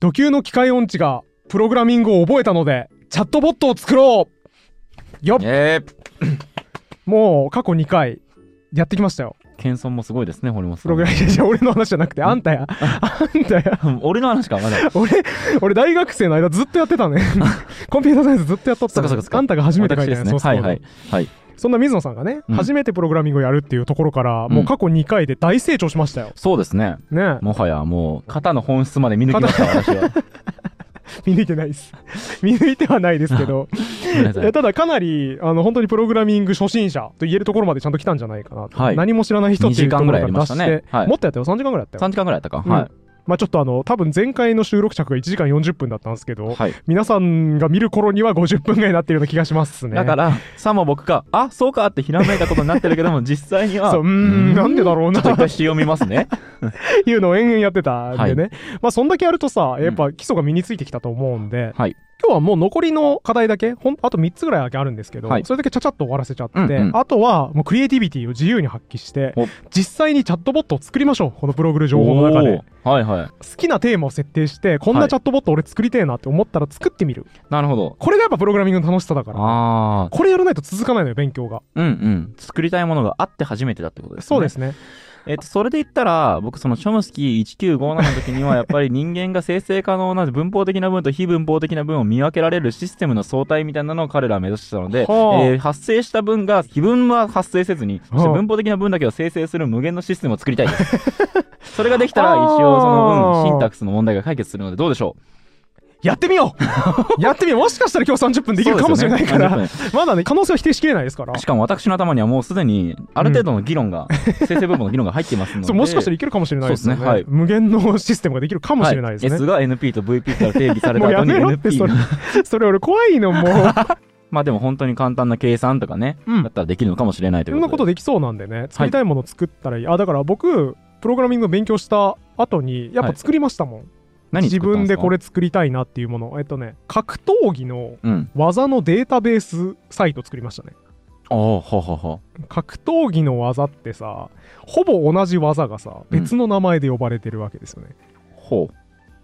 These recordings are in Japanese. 土球の機械音痴がプログラミングを覚えたのでチャットボットを作ろうよっえー、もう過去2回やってきましたよ謙遜もすごいですね、堀本さプん。ログラミングじゃ俺の話じゃなくてあんたやあんたや 俺の話か、まだ。俺俺大学生の間ずっとやってたねコンピューターサイエンスずっとやっとっそたっねかそっかそっかあんたが初めて書い私たでやすつね。はいはい。はい。そんな水野さんがね、うん初めてプログラミングをやるっていうところから、もう過去2回で大成長しましたよ。そうですね。ねもはやもう、肩の本質まで見抜きました、私は。見抜いてないです。見抜いてはないですけど、ごめんなさえい。ただかなり、あの、本当にプログラミング初心者と言えるところまでちゃんと来たんじゃないかなと。はい何も知らない人っていうところから二時間ぐらいやりま出ししたて、ねはいもっとやったよ、3時間ぐらいやったよ。 3時間ぐらいやったか。うんはまあちょっとあの、多分前回の収録着が1時間40分だったんですけど、い。はい。皆さんが見る頃には50分ぐらいになってるような気がしますね。だから、さも僕が、あ、そうかってひらめいたことになってるけ ども、実際には、そううーんなんでだろうなちょっと一回詩を見ますね。いうのを延々やってたんでね、まあそんだけやるとさやっぱ基礎が身についてきたと思うんで、はい。今日はもう残りの課題だけほんあと3つぐらいだけあるんですけど、はいそれだけちゃちゃっと終わらせちゃって、うんうんあとはもうクリエイティビティを自由に発揮してお実際にチャットボットを作りましょうこのプログル 情報の中でおー。はいはい。好きなテーマを設定してこんはないチャットボット俺作りてえなって思ったら作ってみる、なるほど。これがやっぱプログラミングの楽しさだからああ。これやらないと続かないのよ勉強がうんうん。作りたいものがあって初めてだってことですね。そうですねえっと、それで言ったら、僕、その、チョムスキー1957の時には、やっぱり人間が生成可能な文法的な文と非文法的な文を見分けられるシステムの相対みたいなのを彼らは目指してたので、えはあー発生した文が、非文は発生せずに、そして文法的な文だけを生成する無限のシステムを作りたい です。それができたら、一応そのあー文、シンタックスの問題が解決するので、どうでしょうやってみよう やってみようもしかしたら今日30分できるかもしれないから、そうですよね30分まだね可能性は否定しきれないですからしかも私の頭にはもうすでに、ある程度の議論が、生成文法の議論が入ってますの で。そうもしかしたらいけるかもしれないですよねそうですねはい無限のシステムができるかもしれないですね、はい S が NP と VP から定義されもたう後やにめろってそ NP れのそれ俺 怖いのも うまあでも本当に簡単な計算とかね、うんだったらできるのかもしれないいというろんなここととで。できそうなんでね作りたいものを作ったらいい、あだから僕プログラミングを勉強した後にやっぱ作りましたもん、何自作ったん分すでかこ。れ作りたいなっていうものえっとね格闘技のうん。技のデータベースサイト作りましたねああ、ははは。格闘技の技ってさほぼ同じ技がさうん別の名前で呼ばれてるわけですよね、ほう。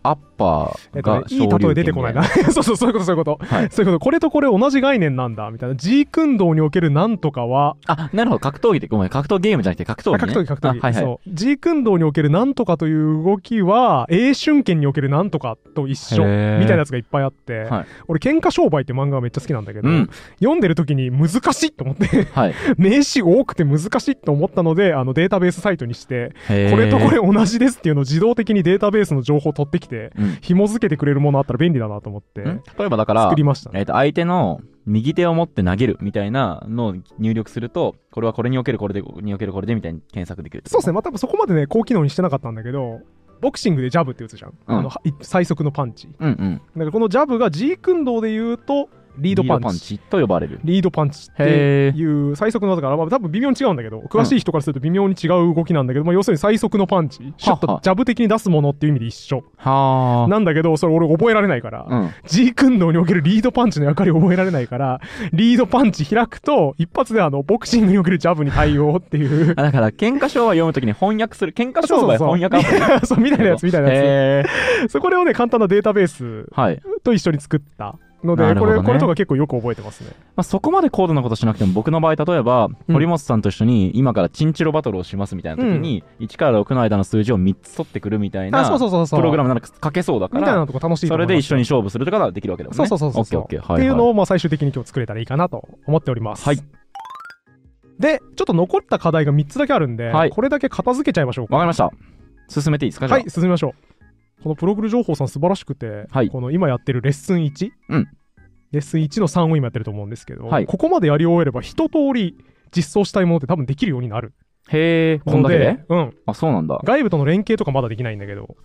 アッパえっーとがね、いい例え出てこないな 昇そうそうそういうことそういうこと竜拳で。はい。そういうことこれとこれ同じ概念なんだみたいな G 運動におけるなんとかはあ、なるほど。格闘技で、ごめん。格闘ゲームじゃなくて格闘あ技、ね。格闘技格闘技あはいはい。そう G 運動におけるなんとかという動きは A 春拳におけるなんとかと一緒へーみたいなやつがいっぱいあって、はい俺「喧嘩商売」って漫画がめっちゃ好きなんだけど、うん。読んでる時に難しいと思って はい。名詞多くて難しいと思ったのであのデータベースサイトにしてここれとこれ。同じですっていうのを自動的にデータベースの情報を取ってきてうん。紐付けてくれるものあったら便利だなと思ってん例えばだから作り、ましたねえっと、相手の右手を持って投げるみたいなのを入力すると、これはこれにおけるこれで、これにおけるこれでみたいに検索できるってこそうと。ですね、まあ、多分そこまでね、高機能にしてなかったんだけど、ボクシングでジャブって打つじゃん。うんあのはい最速のパンチ。だうんうん。からこのジャブが G 運動で言うと、リードパンチ。と呼ばれる。リードパンチってへえ。いう最速の技だから、まあ、多分微妙に違うんだけど、詳しい人からすると微妙に違う動きなんだけど、まあ、要するに最速のパンチ、シュッはとはジャブ的に出すものっていう意味で一緒。はなんだけど、それ俺覚えられないから、あ。うん。 G 運動におけるリードパンチの役割を覚えられないから、リードパンチ開くと、一発であの、ボクシングにおけるジャブに対応っていう、 あだから、喧嘩商売読むときに翻訳する。喧嘩商売そうそうそう翻訳アプリ。そう、みたいなやつみたいなやつ。へ そうこれをね簡単なデータベースーはい。と一緒に作ったので、なるほこどねれこれとか結構よく覚えてますね。まあ、そこまで高度なことしなくても、僕の場合、例えば、うん堀本さんと一緒に、今からチンチロバトルをしますみたいなときに、1から6の間の数字を3つ取ってくるみたいな、あそうそうそうそうプログラムなら書けそうだかみたいなら、とこ楽しいとそ思れいでま一す。緒に勝負するとかができるわけだもんね。そうそうそうそうそうオッケーオッケー。はってい、いうはい。のをまあ最終的に今日作れたらいいかなと思っております。はい。でちょっと残った課題が3つだけあるんで、はいこれだけ片付けちゃいましょうか。わかりました。進めていいですか、じゃはあい進みましょう。このプログル情報さん素晴らしくて、はいこの今やってるレッスン1、うんレッスン1の3を今やってると思うんですけど、はいここまでやり終えれば一通り実装したいものって多分できるようになるへえ、このんだけでで、うん、あ、そうなんだ。外部との連携とかまだできないんだけど、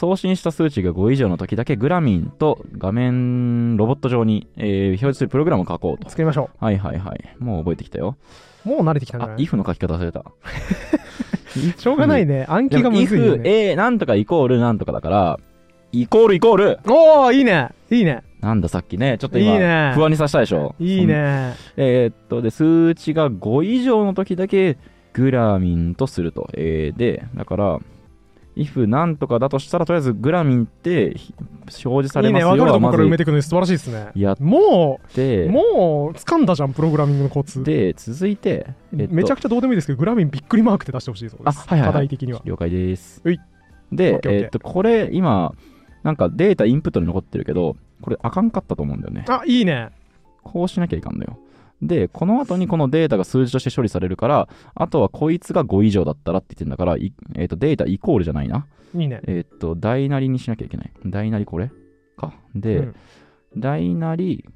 送信した数値が5以上の時だけグラミンと画面ロボット上に、えー表示するプログラムを書こうと。作りましょはいはいはい。もう覚えてきたよ。う。もう慣れてきたんじゃあな、い if の書き方忘れた。 しょうがないね。暗記でがもむずいよ if ね。 a なんとかイコールなんとかだから、イコールイコールおおいいねいいねなんださっきね、ちょっと今いいね不安にさせたでしょ。いいねそん。えーっと、で、数値が5以上の時だけグラミンとすると。えーで、だから、 if なんとかだとしたら、とりあえずグラミンってひ表示さいれいますね、よ分かるところはから埋めまずていくのに素晴らしいですね。やっもう、て、もう、掴んだじゃん、プログラミングのコツ。で、続いて、えっとめちゃくちゃどうでもいいですけど、グラミンびっくりマークって出してほしいそうです。あはいはいはい課題的には。了解ですうい。オッで、ケーオッケーえっと、これ、今、なんかデータインプットに残ってるけど、これあかんかったと思うんだよね。あ、いいね。こうしなきゃいかんのよ。で、この後にこのデータが数字として処理されるから、あとはこいつが5以上だったらって言ってんだから、いえっとデータイコールじゃないな。いいね。えっと、大なりにしなきゃいけない。大なりこれか。で、うん大なり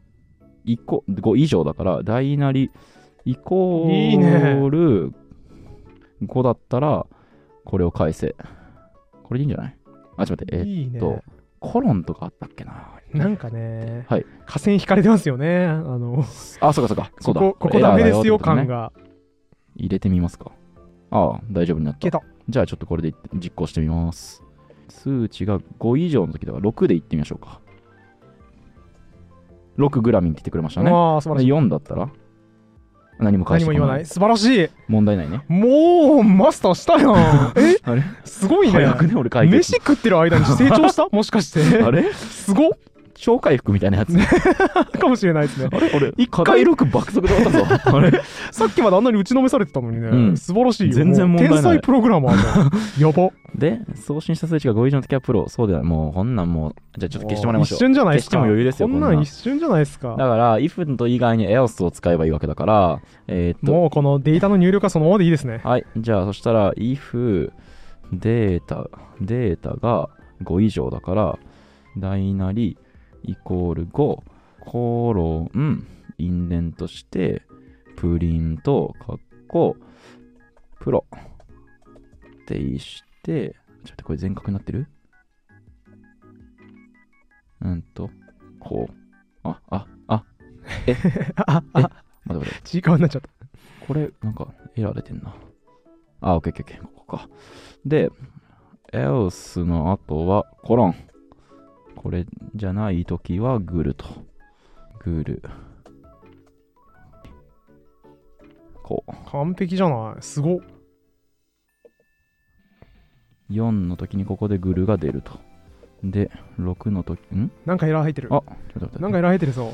イコ5以上だから、大なりイコいいねール5だったら、これを返せ。これでいいんじゃないあ、ちょっと待って、えいいねっ。と、コロンとかあったっけな。なんかね、はい河川引かれてますよね。あの、あ、そうかそうか。こそうだ。こ、ここれエラダーメだですっよてことね感が。入れてみますか。ああ、大丈夫になっけた。ど、じゃあちょっとこれで実行してみます。数値が5以上の時だから6でいってみましょうか。6グラミンって言ってくれましたね。ああ、素晴らしい。 4だったら何も返し何てもこ言わない。素晴らしい。問題ないね。もう、マスターしたや ん。えあれすごいね。早くね、俺解決。飯食ってる間に成長 したもしかして。あれすごっ超回復みたいなやつ。かもしれないですね。 あれ俺、一回課題6爆速で終わった ぞ。あれさっきまであんなに打ちのめされてたのにね、うん素晴らしいよ。全然もう問題ない天才プログラマ ーじゃん。やば。で、送信した数値が5以上の時はプロ。そうではない。もう、こんなんもう、じゃあちょっと消してもらいましょう一。瞬じゃないですか。消しても余裕ですこよんこんななんん一瞬じゃないですか。だから、if と以外に else を使えばいいわけだから、えーっと、もうこのデータの入力はそのままでいい ですね。はい、じゃあそしたら if データ、データが5以上だから、大なりイコール5、コロン、インデントして、プリント、カッコ、プロってして、ちょっと待ってこれ全角になってるうんと、こう。あ、あ、あ、あ、あ、待って待って。ちいかわになっちゃった。これ、なんか、エラー出てんな。あ、オッケーオッケーオッケー、ここか。で、else の後は、コロン。これじゃないときは、グルと。グル。こう。完璧じゃない。すごっ。 4の時にここでグルが出ると。で、6の時、んなんかエラー入ってるあ。ちょっと待ってなんかエラー入ってるぞ。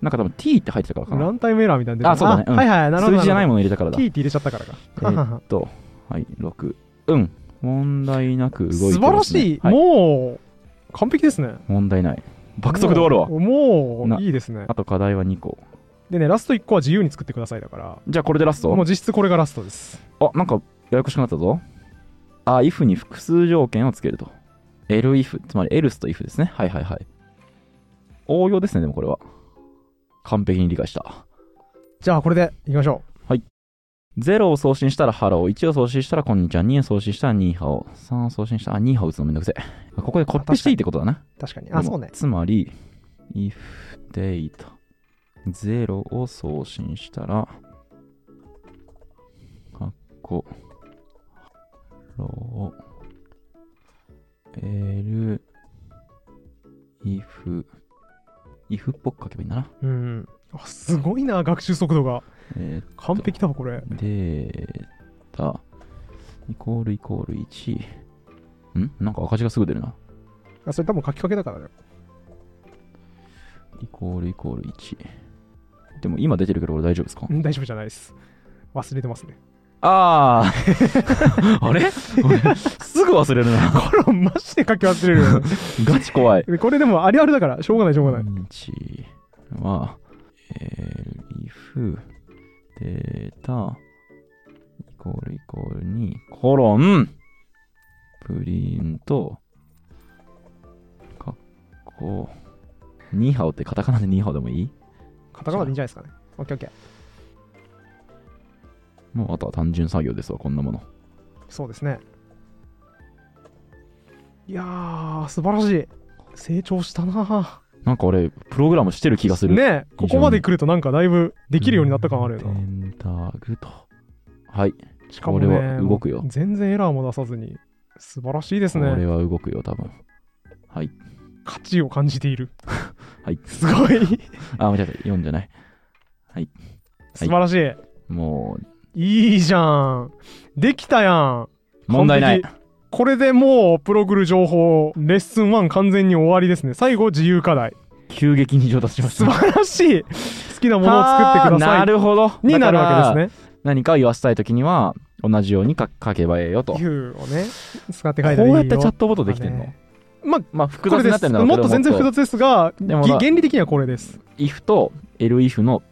なんか多分 t って入ってたからかランタイムエラーみたいなの出てるあそうだねうんはいはい、なな。るほど。数字じゃないももの入れたからだ。 T って入れちゃったからか。えはーははと、はい、6。うん。問題なく動いてます、ね。素晴らしい。はいもう、完璧ですね。問題ない。爆速で終わるわ。もうもなう、いいですね。あと課題は2個。でね、ラスト1個は自由に作ってくださいだから。じゃあこれでラスもうト実質これがラストです。あ、なんかややこしくなったぞ。あ、if に複数条件をつけると。elif、つまり else と if ですね。はいはいはい。応用ですね、でもこれは。完璧に理解した。じゃあこれでいきましょ0を送信したらハロー、1を送信したらこんにちは、2を送信したらニーハオ、3を送信したらあ、ニーハオ打つのめんどくせえ。あここでコピーしていいってことだな。う。確かに。であ、もそうね。つまり、if data 0を送信したら、かっこ、ロー、l、if、if っぽく書けばいいんだな。うん。あすごいな、学習速度が。え完璧だわ、これ。ー、データ、イコールイコール1。んなんか赤字がすぐ出るな。あそれ多分書きかけだからね。イコールイコール1。でも今出てるけど俺大丈夫ですかうん大丈夫じゃないです。忘れてますね。 あああれ俺すぐ忘れるな。これ、マジで書き忘れるよね。ガチ怖い。でこれでもありあるだから、しょうがない、しょうがない。日は、えー、if データイコールイコールにコロンプリントかっこニーハオってカタカナでニーハオでもいいカタカナでいいんじゃないですかね。オッケーオッケー。もうあとは単純作業ですわ、こんなもの。そうですね。いやー、素晴らしい。成長したななんか俺、プログラムしてる気がする。ねえここまで来るとなんかだいぶできるようになった感あるよペな。ンタグと。はい。しかこもれね、は動くよ。全然エラーも出さずに、素晴らしいですこれね。は動くよ、多分。はい。価値を感じている。 はい。すごい。あ、間違えた。4じゃない。素晴らしい。もう、いいじゃん。できたやん。問題ない完。これでもうプログル情報レッスン1完全に終わりですね最後自由課題急激に上達しまし素た晴らしい好きなものを作ってくだ あーさないるほどになるわけねですね何かを言わせたいときには同じように書書けばええよとこ U をね使ってう書いたらいいよやってチャットボットできてんの、ねまあまあ複こ雑れでになっすてるんだろうもけっどと全然複雑ですがでもぎまあ原理的にはこれですもっと if と elif の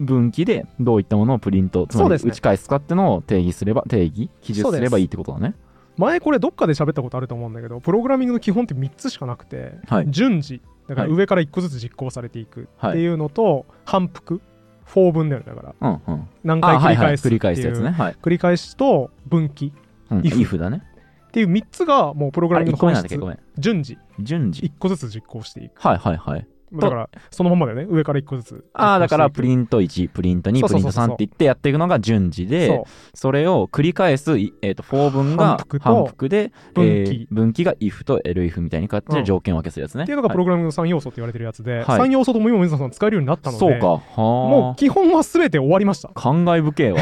分岐でどういったものをプリントつまそうりですね打ち返すかってのを定義すれば定義記述すればいいってことだね前これどっかで喋ったことあると思うんだけどプログラミングの基本って3つしかなくて、はい順次だからはい上から1個ずつ実行されていくはいっていうのと、反復4分だよねだからうんうん何回あ繰はいりはい返すってい繰りう、返すやつねはい、繰り返しと分岐うん、 if if だねっていう3つがもうプログあラミれングの1個目本なんだっけ質ごめん順次順次1個ずつ実行していくはいはいはいまあだからそのまんまだよね上から1個ずつああだからプンリント1プリント2そうプそうリンそトうそう3って言ってやっていくのが順次でそうそれを繰り返す、いえー、と4文が反復と反復で分岐えー分岐が if と elif みたいに形うでん条件を分けするやつね。っていうのがプロログラミングの3要素って言われてるやつで、はい3要素とも今水野さん使えるようになったのでそうか。はあ。もう基本は全て終わりました感慨 深えわ。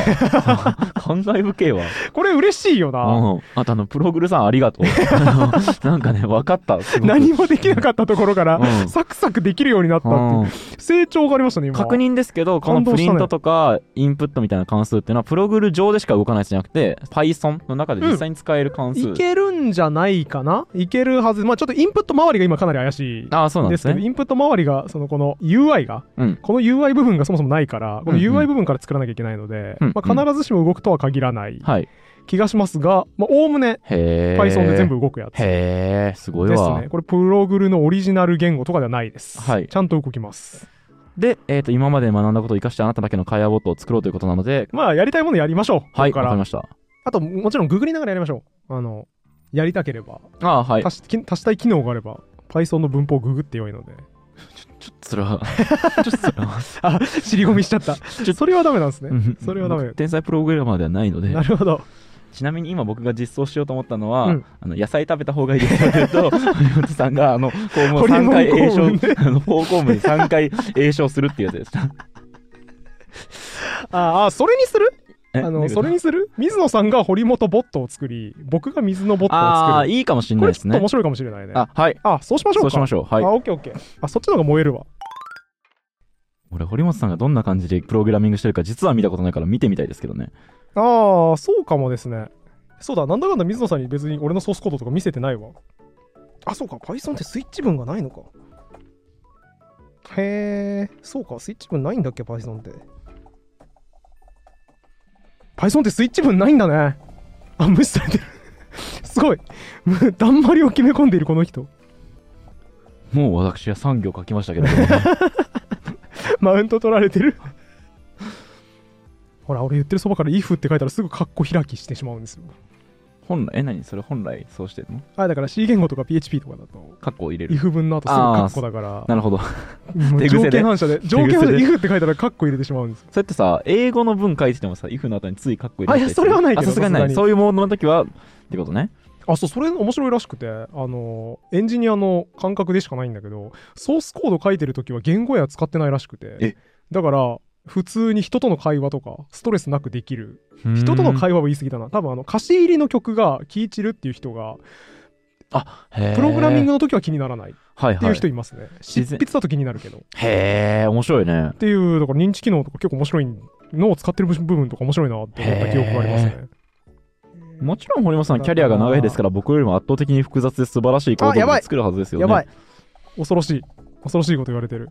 感慨深えわ。これ嬉しいよな、うん。あとあの、プログルさんありがとう。 あのなんかね、分かった。すごく何もできなかったところから、うんサクサクできるようになったっていう、うん成長がありましたね今確認ですけど、この感動プしたねリントとかインプットみたいな関数っていうのは、プログル上でしか動かないやつじゃなくて、Python の中で実際に使える関数。いけるんじゃないかないけるはずまあちょっとインプット周りが今かなり怪しいああ、そうなんでですすけどね。インプット周りがそのこの UI がうん。この UI 部分がそもそもないからこのうんうん UI 部分から作らなきゃいけないので、うんまあ、必ずしも動くとは限らないはい。気がしますがまあおおむねへえ。 Python で全部動くやつでへえ、すごいすわね。これプログルのオリジナル言語とかではないです、はいちゃんと動きますで、えっ、と、今まで学んだことを生かしてあなただけの会話ボットを作ろうということなので、まあやりたいものやりましょうはい、ここわかからりました。あともちろんググりながらやりましょうあのやりたければああ、はい。足しき足したい機能があれば Python の文法をググってよいので ちょっとそれは、 ちょっとそれは、あ尻込みしちゃ ったち ょそれはダメなんですね、うんそれはダメ僕天才プログラマーではないので な、るほどちなみに今僕が実装しようと思ったのは、うんあの野菜食べた方がいいですよ と言うと、堀本さんが、あの、こうもうホリモン3回栄公文ね唱、あの、方向部に3回栄唱するっていうやつでした。ああそれにするえあどういのうことそれにする水野さんが堀本ボットを作り僕が水野ボットをあ作あ、るいいかもしれなこいれでちょすっとね面。白いかもしれないねああ、はい。そうしましょうそうかしましょう。はいあ。オッケーオッケーあそっちの方が燃えるわ俺、堀本さんがどんな感じでプログラミングしてるか、実は見たことないから見てみたいですけどね。ああそうかもですねそうだなんだかんだ水野さんに別に俺のソースコードとか見せてないわあそうか Python ってスイッチ文がないのかへえそうかスイッチ文ないんだっけ Python って Python ってスイッチ文ないんだねあ無視されてる すごい むだんまりを決め込んでいるこの人もう私は3行書きましたけど、 マウント取られてる ほら俺言ってるそばから if って書いたらすぐカッコ開きしてしまうんですよ本来、え、何それ本来そうしてるのあだから C 言語とか PHP とかだとカッコを入れる。 if 分の後すぐカッコだからなるほど。もう手癖条で件反射で条件反射手で癖で if って書いたらカッコ入れてしまうんですよそうやってさ、英語の文書いててもさ、if の後についカッコ入れたりあいやすそるれはないけどあさすがにさなすがにい。そういうものの時は、ってことね。あそうそれ面白いらしくてあのエンジニアの感覚でしかないんだけどソースコード書いてる時は言語や使ってないらしくてえだから普通に人との会話とかストレスなくできる人との会話は言い過ぎだな多分あの歌詞入りの曲が聴いちるっていう人が話プログラミングの時は気にならないっはいてはいいう人いますね、執自然筆だと気になるけどへえ、面白いねっ。ていうだから認知機能とか結構面白いのを使ってる部分とか面白いなって思った記憶がありますねもちろん堀本さん、キャリアが長いですから、僕よりも圧倒的に複雑で素晴らしいコーあやドばをい作るはずですよね。やばい。恐ろしい恐ろしいこと言われてる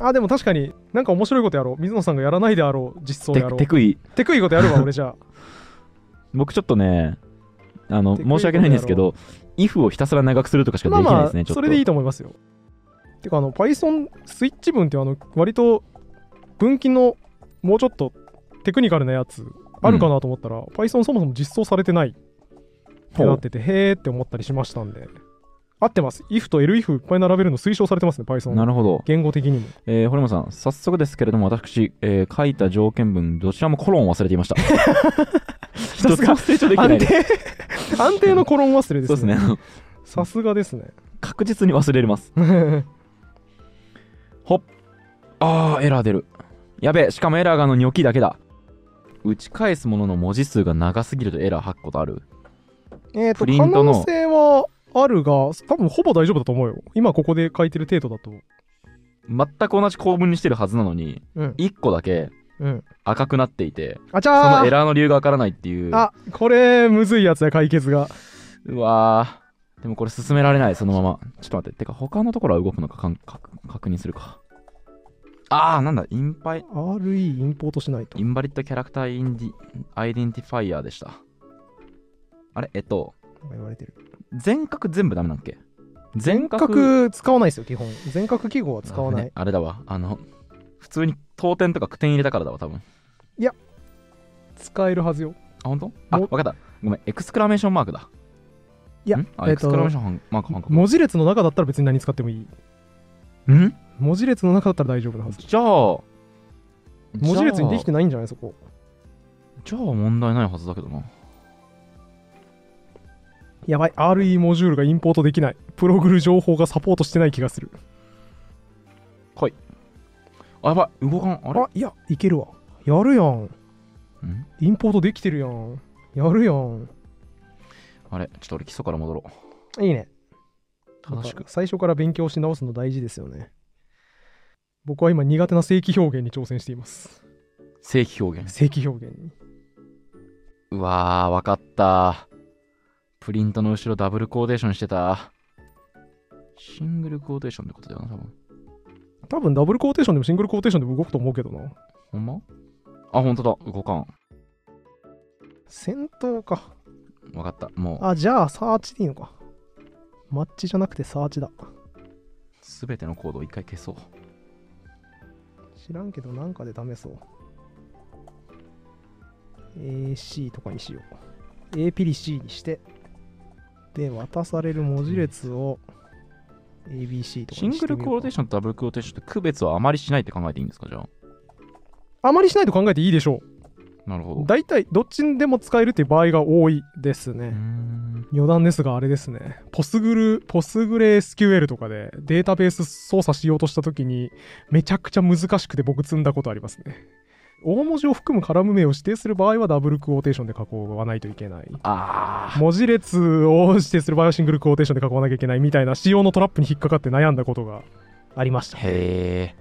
あでも確かになんか面白いことやろう水野さんがやらないであろう実装テやろうテクイ。テクいことやるわ俺じゃ僕ちょっとね、あの、テクイことやろう申し訳ないんですけど、if をひたすら長くするとかしあかでまあきないでますね、ちあょっと。それでいいと思いますよてかあの Python スイッチ文ってあの割と分岐のもうちょっとテクニカルなやつあるかなと思ったら、Python そもそも実装されてないってなっててへーって思ったりしましたんで合ってます if と elif いっぱい並べるの推奨されてますね Python なるほど。言語的にもえー、堀本さん、早速ですけれども、私、えー書いた条件文、どちらもコロンを忘れて いました。さす一つがも成長できてな安い。定安定 のコロン忘れでそうですすねね。さすがですね 確実に忘れれます。ほっ。あー、エラー出る。やべえ、しかもエラーがあのニョキだけだ。打ち返すものの文字数が長すぎるとエラー8個とある。えっ、と、プリント可の能性はあるが、多分ほぼ大丈夫だと思うよ。今ここで書いてる程度だと。全く同じ構文にしてるはずなのにうん。 1個だけうん。赤くなっていてあちそゃのエーラーの理由がわからないっていうあ、これ、むずいやつや、解決が。うわーでもこれ進められないそのままちょっと待っててか他のところは動くのかかん確確認するかあーなんだインパイ RE インポートしないとイ。ンバリッドキャラクターインディアイデンティファイヤーでしたあれえっとなんか言われてる。全角全部ダメなんだっけ全全角角使わないですよ、基本。全角記号は使わなあねい。あれだわあの普通に当点とか句点入れたからだわ多分使えるはずよ。あ本当あも分かったごめんエクスクラメーションマークだいやんあえエっとクスクラメーションマーク半角文字列の中だったら別に何使ってもいい。ん文字列の中だったら大丈夫なはず。じゃあ文文字列にできてないんじゃないそこ。じゃあ問題ないはずだけどな。やばい、RE モジュールがインポートできない。プログル情報がサポートしてない気がする。あ、やばい、動かん。あれあ、いや、いけるわ。やるやん。んインポートできてるやん。やるやん。あれちょっと俺基礎から戻ろう。いいね。正しくなんか。最初から勉強し直すの大事ですよね。僕は今苦手な正規表現に挑戦しています。正規表現。正規表現に。うわー、わかった。プリントの後ろダブルコーデーションしてた。シングルコーデーションってことだよな、多分。多分ダブルコーテーションでもシングルコーテーションでも動くと思うけどな。ほんまあ、ほんとだ。動かん。戦闘か。わかった。もあ、じゃあサーチでいいのか。マッチじゃなくてサーチだ。う、すべてのコードを一回消そう。知らんけどなんかでダメそう。AC とかにしよう。A ピリ C にして。で、渡される文字列を ABC とかシにンしてグみようかルコーデーションとダブルコーデーションって区別はあまりしないって考えていいんですか、じゃあ。あまりしないと考えていいでしょう。なるほど。う大体どっちでも使えるっていう場合が多いですーね。ん。余談ですがあれですね。ポスグル、ポスグレ SQL とかでデータベース操作しようとした時にめちゃくちゃ難しくて僕積んだことありますね。大文字を含むカラム名を指定する場合はダブルクオーテーションで囲わないといけない。あ文字列を指定する場合はシングルクオーテーションで囲わなきゃいけないみたいな仕様のトラップに引っかかって悩んだことがありましたー。。へ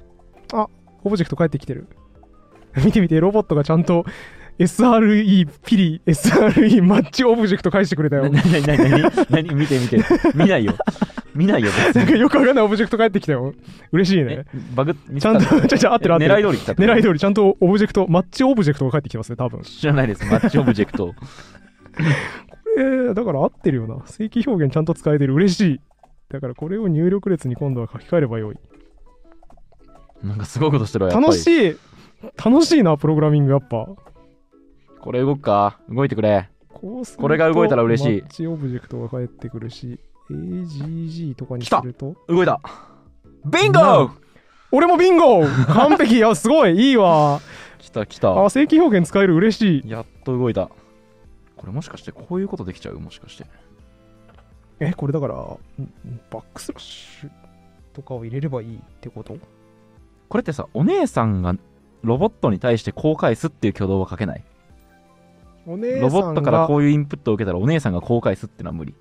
オブジェクト帰ってきてる。 見てみて、ロボットがちゃんと SRE ピリ SRE マッチオブジェクト返してくれたー。な、よ。な、な、な、な、な、何見て見て。見ないよ。見ないよ、別なんにかよくわかんないオブジェクト返ってきたよ。嬉しいねえ。バグ見ちゃんと、ちゃちゃ合ってる合って狙いる。通り来たって狙い通り、ちゃんとオブジェクト、マッチオブジェクトが返ってきてますね、多分。知らないですマッチオブジェクトえー、だから合ってるよな。正規表現ちゃんと使えてる。嬉しい。だからこれを入力列に今度は書き換えればよい。なんかすごいことしてるわやっぱり楽しい楽しいな、プログラミングやっぱ。これ動くか動いてくれこうするとこれが動いたら嬉しいマッチオブジェクトが返ってくるし、AGG とかに来すたると。動いたビンなゴん俺もビンゴ完璧いやすごいいいわ来た来たあ正規表現使える嬉しいやっと動いたこれもしかしてこういうことできちゃうもしかしてえこれだからんんバックスラッシュとかを入れればいいってことこれってさお姉さんがロボットに対してこう返すっていう挙動は書けないお姉ロボさッんトからがこういうインプットを受けたらお姉さんがこう返すってのは無理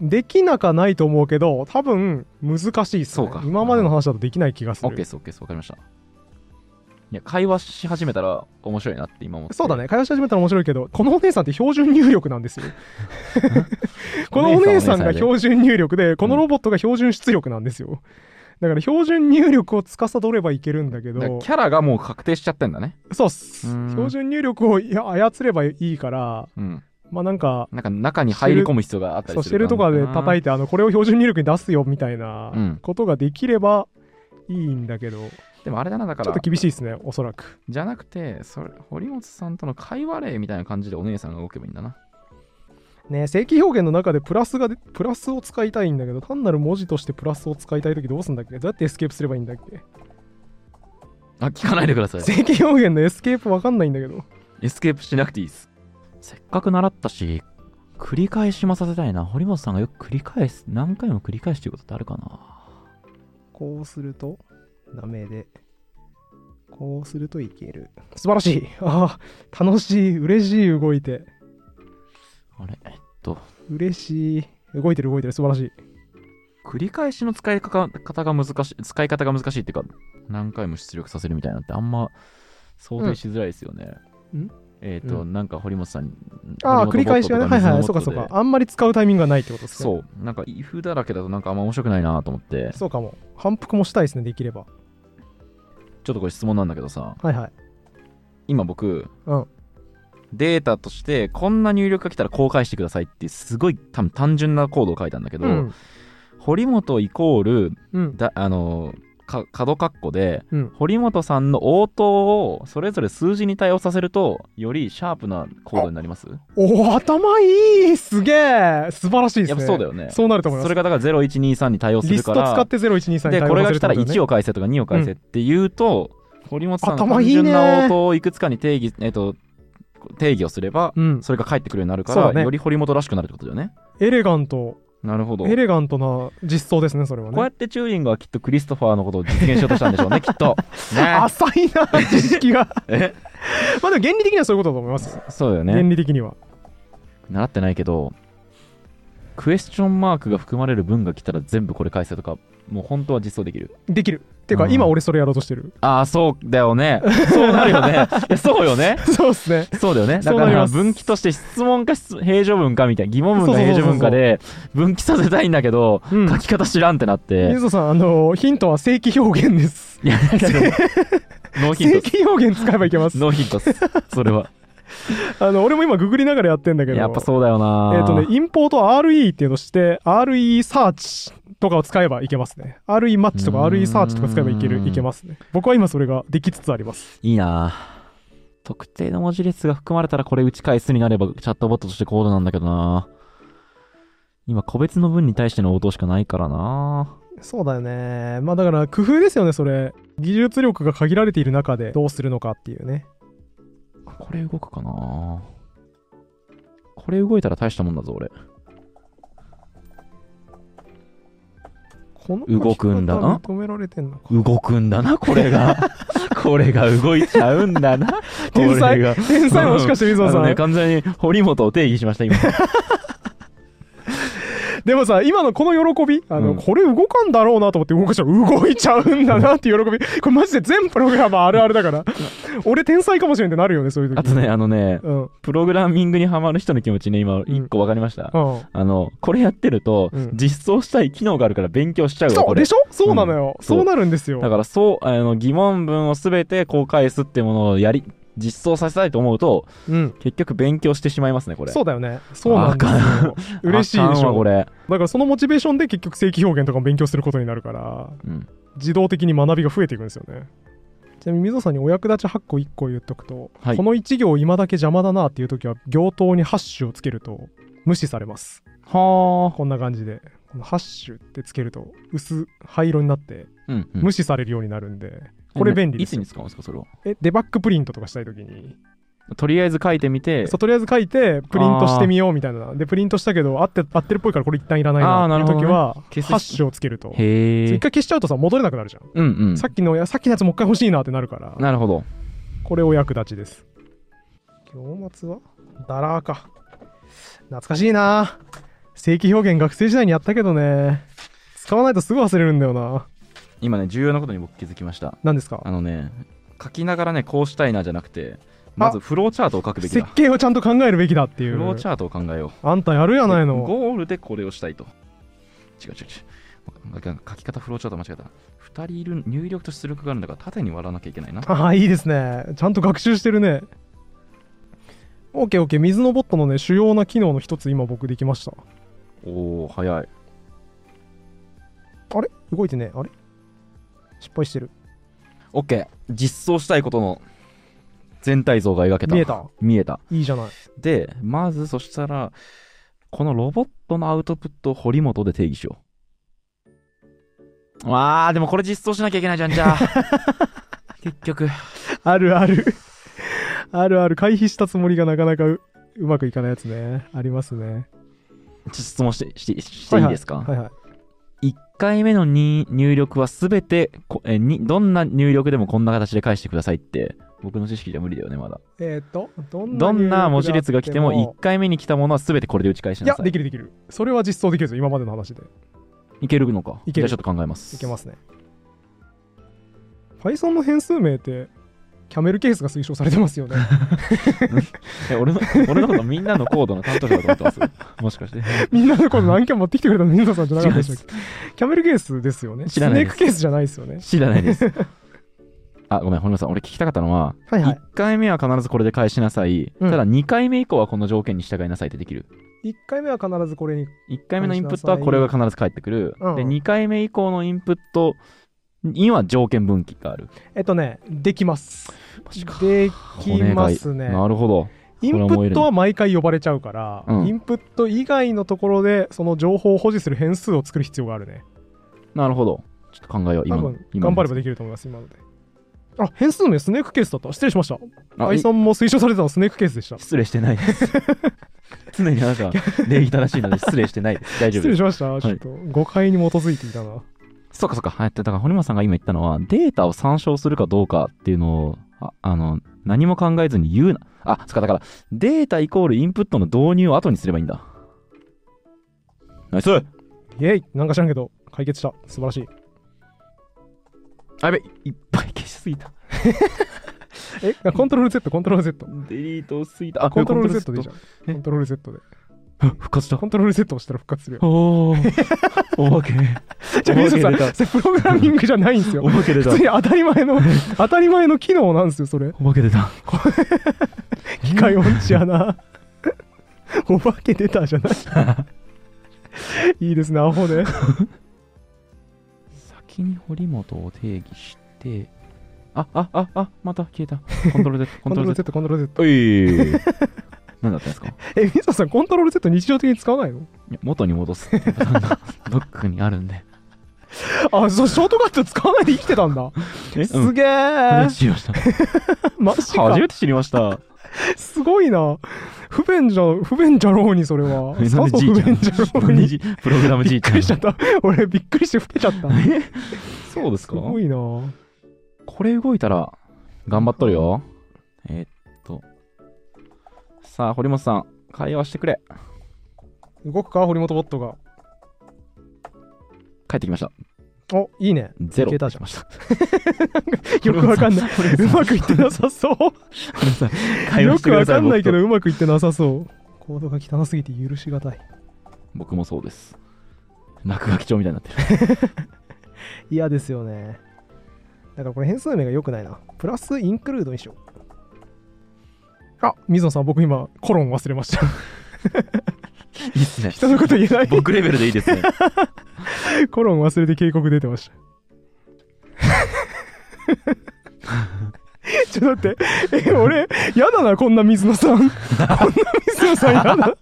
できなかないと思うけど多分難しいっす、ね、そうか今までの話だとできない気がすオッケーでるすオッケーですわかりましたいや会話し始めたら面白いなって今思ってそうだね会話し始めたら面白いけどこのお姉さんって標準入力なん ですよこのお姉さんが標準入力でこのロボットが標準出力なんですよだから標準入力を司ればいけるんだけどだからキャラがもう確定しちゃってんだねそうっす。うん標準入力をいや操ればいいから、うんまあなんか、なんか中に入り込む必要があっそたうりシすェるルとかで叩いいて、あのこれを標準入力に出すよみたいうんうなんことができればいいんだけど、でもあれだなだかちょっらと厳しいですね、おそらく。じゃなくてそれ堀本さんとの会話例みたいな感じでお姉さんが動けばいいんだなね正規表現の中でプラスがでプラスを使いたいんだけど、単なる文字としてプラスを使いたいときどうすんだっけどうやってエスケープすればいいんだっけあ聞かないでください正規表現のエスケープわかんないんだけど。エスケープしなくていいですせっかく習ったし繰り返しもさせたいな堀本さんがよく繰り返す何回も繰り返してることってあるかなこうするとダメで、こうするといける。素晴らしいああ、楽しい、嬉しい、動いて。あれえっと嬉しい。動いてる動いてる、素晴らしい。繰り返しの使いか方が難しい、使い方が難しいっていうか、何回も出力させるみたいなのってあんま想定しづらいですよね。うんえっ、と、うなんか堀本さんに。ああ、繰堀り本返ボしットがね。とはいはい、水そうのボかットそうでか。あんまり使うタイミングがないってことですね。そう、なんか、イフだらけだとなんかあんま面白くないなと思って、そうかも。反復もしたいですね、できれば。ちょっとこれ質問なんだけどさ、はいはい。今僕、うんデータとしてこんな入力が来たらこう返してくださいってすごい多分単純なコードを書いたんだけど、うん。堀本イコールうん。だあのか角括弧で、うん堀本さんの応答をそれぞれ数字に対応させるとよりシャープなコードになりますおお、頭いいすげえ素晴らしいですやっね。ぱそうだよねそうなると思いますそれ。がだから0123に対応すリるストか使らって0123にで対これ応がする来ってたことだらよね1を返せとか2を返せって言うと、堀本さんの頭単いい純ねな応答をいくつかに定義、えっと定義をすればうん。それが返ってくるようになるかそら、うだねより堀本らしくなるってことだよね。エレガント、なるほど。エレガントな実装ですね、それはこうやねっ。てチューリングはきっとクリストファーのことを実現しようとしたんでしょ うね、きっと。ね浅いな、知識が。 えまあでも原理的にはそういうことだと思います。そうだよ原ね。理的には。習ってないけど、クエスチョンマークが含まれる文が来たら全部これ返せとか、もう本当は実装できる。できる。てか、うん今俺それやろうとしてる。 ああ、そうだよね。そうなるよね。いや、そうよね。そうっすね。そうだよね。だそうかなりらます分岐として質問か質平常文かみたいな疑問文か平常文かで分岐させたいんだけど、うん。書き方知らんってなって水。野さん、あの、ヒントは正規表現です。いや、なんかでもノー ヒント正規表現使えばいけます。 ノーヒントっす。それ は。あの、俺も今ググりながらやってんだけど。やっぱそうだよな。えっ、とね、インポート RE っていうのをして、RE サーチとかを使えばいけますね。RE マッチとかうーん RE サーチとか使えばいける、いけますね。僕は今それができつつあります。いいな。特定の文字列が含まれたらこれ打ち返すになればチャットボットとしてコードなんだけどな。今、個別の文に対しての応答しかないからな。そうだよね。まあだから工夫ですよね、それ。技術力が限られている中でどうするのかっていうね。これ動くかな。これ動いたら大したもんだぞ、俺。この動くんだな書き方認められてんのか。動くんだな、これ が。これが動いちゃうんだな。天才これが天才もしかして水野さ あのん、ね、完全に堀本を定義しました、今。でもさ今のこの喜びあの、うんこれ動かんだろうなと思って動かしたら動いちゃうんだなっていう喜び これマジで全プログラマーあるあるだから俺天才かもしれんってなるよねそういう時 あとね、あのね、うんうんプログラミングにハマる人の気持ちね、今、一個わかりました。あの、これやってると、うん実装したい機能があるから勉強しちゃうわ、そこうれで。しょそうなのよ、うんそうなるんですよだから、そう、あの、疑問文をすべて公開すってものをやり、実装させたいと思うと、うん結局勉強してしまいますね、これ。そうだよねそうなんですよ嬉しいあでかしんわこょだれ。からそのモチベーションで結局正規表現とかも勉強することになるからうん。自動的に学びが増えていくんですよねちなみに水野さんにお役立ち8個1個言っとくと、はいこの1行今だけ邪魔だなっていう時は行頭にハッシュをつけると無視されますはあ。こんな感じでこのハッシュってつけると薄灰色になってうん、うん無視されるようになるんで、これ便利えでいつすに使うんですか、それを。えデバッグプリントとかしたい時にとりあえず書いてみて、そうとりあえず書いてプリントしてみようみたいなでプリントしたけど合って合ってるっぽいからこれ一旦いらないあーななっるてほいう時どねはハ消すッシュをつけるとへ一え。回消しちゃうとさ戻れなくなるじゃん、うんうん。さっきのやさっきのやつもう一回欲しいなってなるからなるほど。これお役立ちです。行末はダラーか。懐かしいな。正規表現学生時代にやったけどね。使わないとすぐ忘れるんだよな。今ね、重要なことに僕気づきました。何ですかあのね、書きながらね、こうしたいなじゃなくて、まずフローチャートを書くべき設だ。計をちゃんと考えるべきだっていフローう。チャートを考えよう。あんたやるやないの。ゴールでこれをしたいと。違う違う違う。なんか書き方フローチャート間違えた。2人いる入力と出力があるんだから縦に割らなきゃいけないな。ああ、いいですね。ちゃんと学習してるね。OKOK、水のボットのね、主要な機能の一つ今僕できました。おお、早い。あれ動いてね。あれ失敗してる。 OK。実装したいことの全体像が描けた。見えた。見えた。いいじゃない。で、まずそしたら、このロボットのアウトプットを堀本で定義しよう。わあ、でもこれ実装しなきゃいけないじゃん、じゃ あ。結局。あるある。あるある。回避したつもりがなかなかううまくいかないやつね。ありますね。質問してしてしていいですか、はいはい。 1回目のに入力はすべてこえにどんな入力でもこんな形で返してくださいって僕の知識じゃ無理だよね、まだ。えーっと、どんなどんな文字列が来ても入力があっ1回目に来たものは全てこれで打ち返しいなや、さでい。きるできる。それは実装できるぞ、今までの話で。いけるのか。いけるじゃあちょっと考えます。いけますね。Python の変数名って、キャメルケースが推奨されてますよ ね。え俺 の俺のことみんなのコードの担当者だと思ってます。もしかして。みんなのこと何キャン持ってきてくれた の、水野さんじゃなかったでしたっけキャメルケースですよね。知らないですスネークケースじゃないですよね。知らな いです。あ、ごめん、堀本さん、俺聞きたかったのは、はいはい1回目は必ずこれで返しなさい。うんただ2回目以降はこの条件に従いなさいってできる。 1回目は必ずこれに。 1回目のインプットはこれが必ず返ってくる。うんで、2回目以降のインプットには条件分岐がある。えっとね、できます。マジか。できますね。なるほど。インプットは毎回呼ばれちゃうから、うんインプット以外のところでその情報を保持する変数を作る必要があるね。なるほど。ちょっと考えよう。多今分、今頑張のればできると思います、今ので。あ、変数名、スネークケースだった。失礼しました。あい Python も推奨されてたのスネークケースでした。失礼してな いです。常にあなたは礼儀正しいので失礼してな いです。大丈夫失で礼すし。ました。ちょっと誤解に基づいていたな。そうかそうか。えっとだから、堀本さんが今言ったのは、データを参照するかどうかっていうのを、ああの、何も考えずに言うな。あ、そっか、だから、データイコールインプットの導入を後にすればいいんだ。ナイスあイェイなんか知らんけど、解決した。素晴らしい。やべ、いっぱい消しすぎた。え、あコントロール Z、コントロール Z。デリートすぎた。あ、コントロール Z でいいじゃゃん。えコントロール Z で。ん。復活したコ。ントロール Z 押したら復活するよ。 おー。お化け。じゃあ、皆お化け出さん、それプログラミングじゃないんですた。よお。化け出普た通。に当たり前の、当たり前の機能なんですよ、それ。お化け出た。機械音痴やな。お化け出たじゃない。いいですね、アホで。先に堀本を定義して、あ、あ、あ、あ、また消えた。コントロール Z、ココントンロトールロール Z。 Z、コントロール Z。おい。何だったんですかえ、みささん、コントロール Z 日常的に使わないのいや元に戻す っていうパターンがドックにあるんで。あ、そう、ショートカット使わないで生きてたんだ。えすげ初めえて。知りました。マジか初。めて知りました。すごいな。不便じゃ、不便じゃろうに、それは。えさなんぞでじ不いちゃん便じゃろう何に。時プログラムび じっいちくゃんりしちゃった。俺、びっくりして吹けちゃった。えそうですすかごいな。これ動いたら頑張っとるよ。えーっと。さあ、堀本さん、会話してくれ。動くか、堀本ボットが。帰ってきました。お、いいね。ゼロ。いけ たじゃんました。よくわかん ない。堀う本さん。まくいってなさそう。堀本さん会 話よしてくくわださい。かんないけど、僕と。うまくいってなさそう。コードが汚すぎて許しがたい。僕もそうです。落書き帳みたいになって る。嫌ですよね。だからこれ変数名が良くないな。プラスインクルードにしよう。あ、水野さん、僕今、コロン忘れました。 いいっすね。人のこと言えない。僕レベルでいいですね。コロン忘れて警告出てま した。ちょっと待って。え、俺、やだな、こんな水野さん。こんな水野さん、や だ。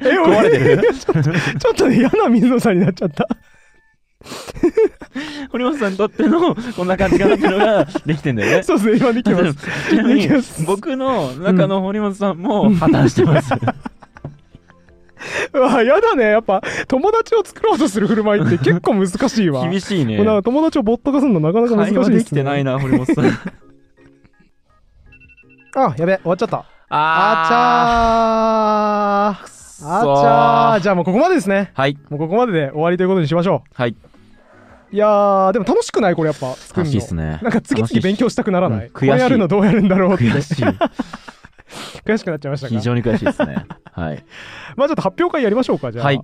え、壊れて俺、るちょっとちょっとね、嫌な水野さんになっちゃった。 堀本さんにとってのこんな感じかなっていうの ができてんだよね。そうですね、今できます。ちなみでにきます僕の中の堀本さん も破綻してます。 うわ、やだね。やっぱ、友達を作ろうとする振る舞いって 結構難しいわ。厳しいねこ。れなんか友達をボット化するのなかなか難しい会話でですきてなね。いな、堀本 さん。あ、やべ、終わっちゃった。あちゃー。あーくそちゃー。じゃあもうここまでですね。はい、もうここまでで終わりということにしましょはい。う。いやー、でも楽しくないこれやっぱ作るの。楽しいっすね。なんか次々勉強したくならない。うん悔しこいれやるのどうやるんだろうって悔しい。悔しくなっちゃいました非が。常に悔しいですね。はい。まあちょっと発表会やりましょうか、じゃあ。はい。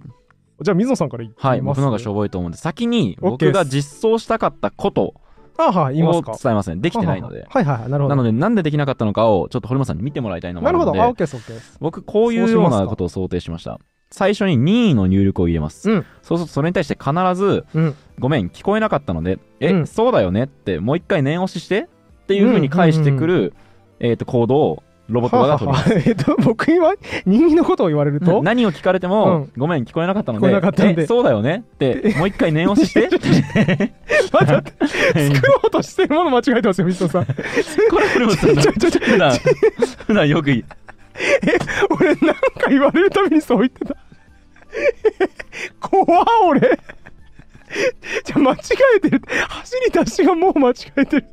じゃあ水野さんからいきます。はい。僕の方がしょぼいと思うんで、先に OK 僕っすが実装したかったことをあはい、言いますか。伝えますね。できてないので。はいはいはい、なるほなど。ので、なんでできなかったのかを、ちょっと堀本さんに見てもらいたいのもなあるるほのど。あ、オッで、ケーです、オッケーです。僕、こういうようなことを想定しました。最初に任意の入力を入れます。うんそうすると、それに対して必ず、うん。ごめん、聞こえなかったので、え、うんそうだよねって、もう一回念押ししてっていうふうに返してくる、えっと、行動をロボットが取はりまあす。はあえっと、僕今、人間のことを言われるとな、何を聞かれても、うんごめん、聞こえなかったの聞こえでなかったんでえそうだよねって、もう一回念押しして って。まだ 作ろうとしてるもの間違えてますよ、水野さん。これ、これもちょちょちょちょ普段、普段よくい俺なんか言われるたびにそう言ってた怖っ俺じゃあ間違えてる走り出しがもう間違えてる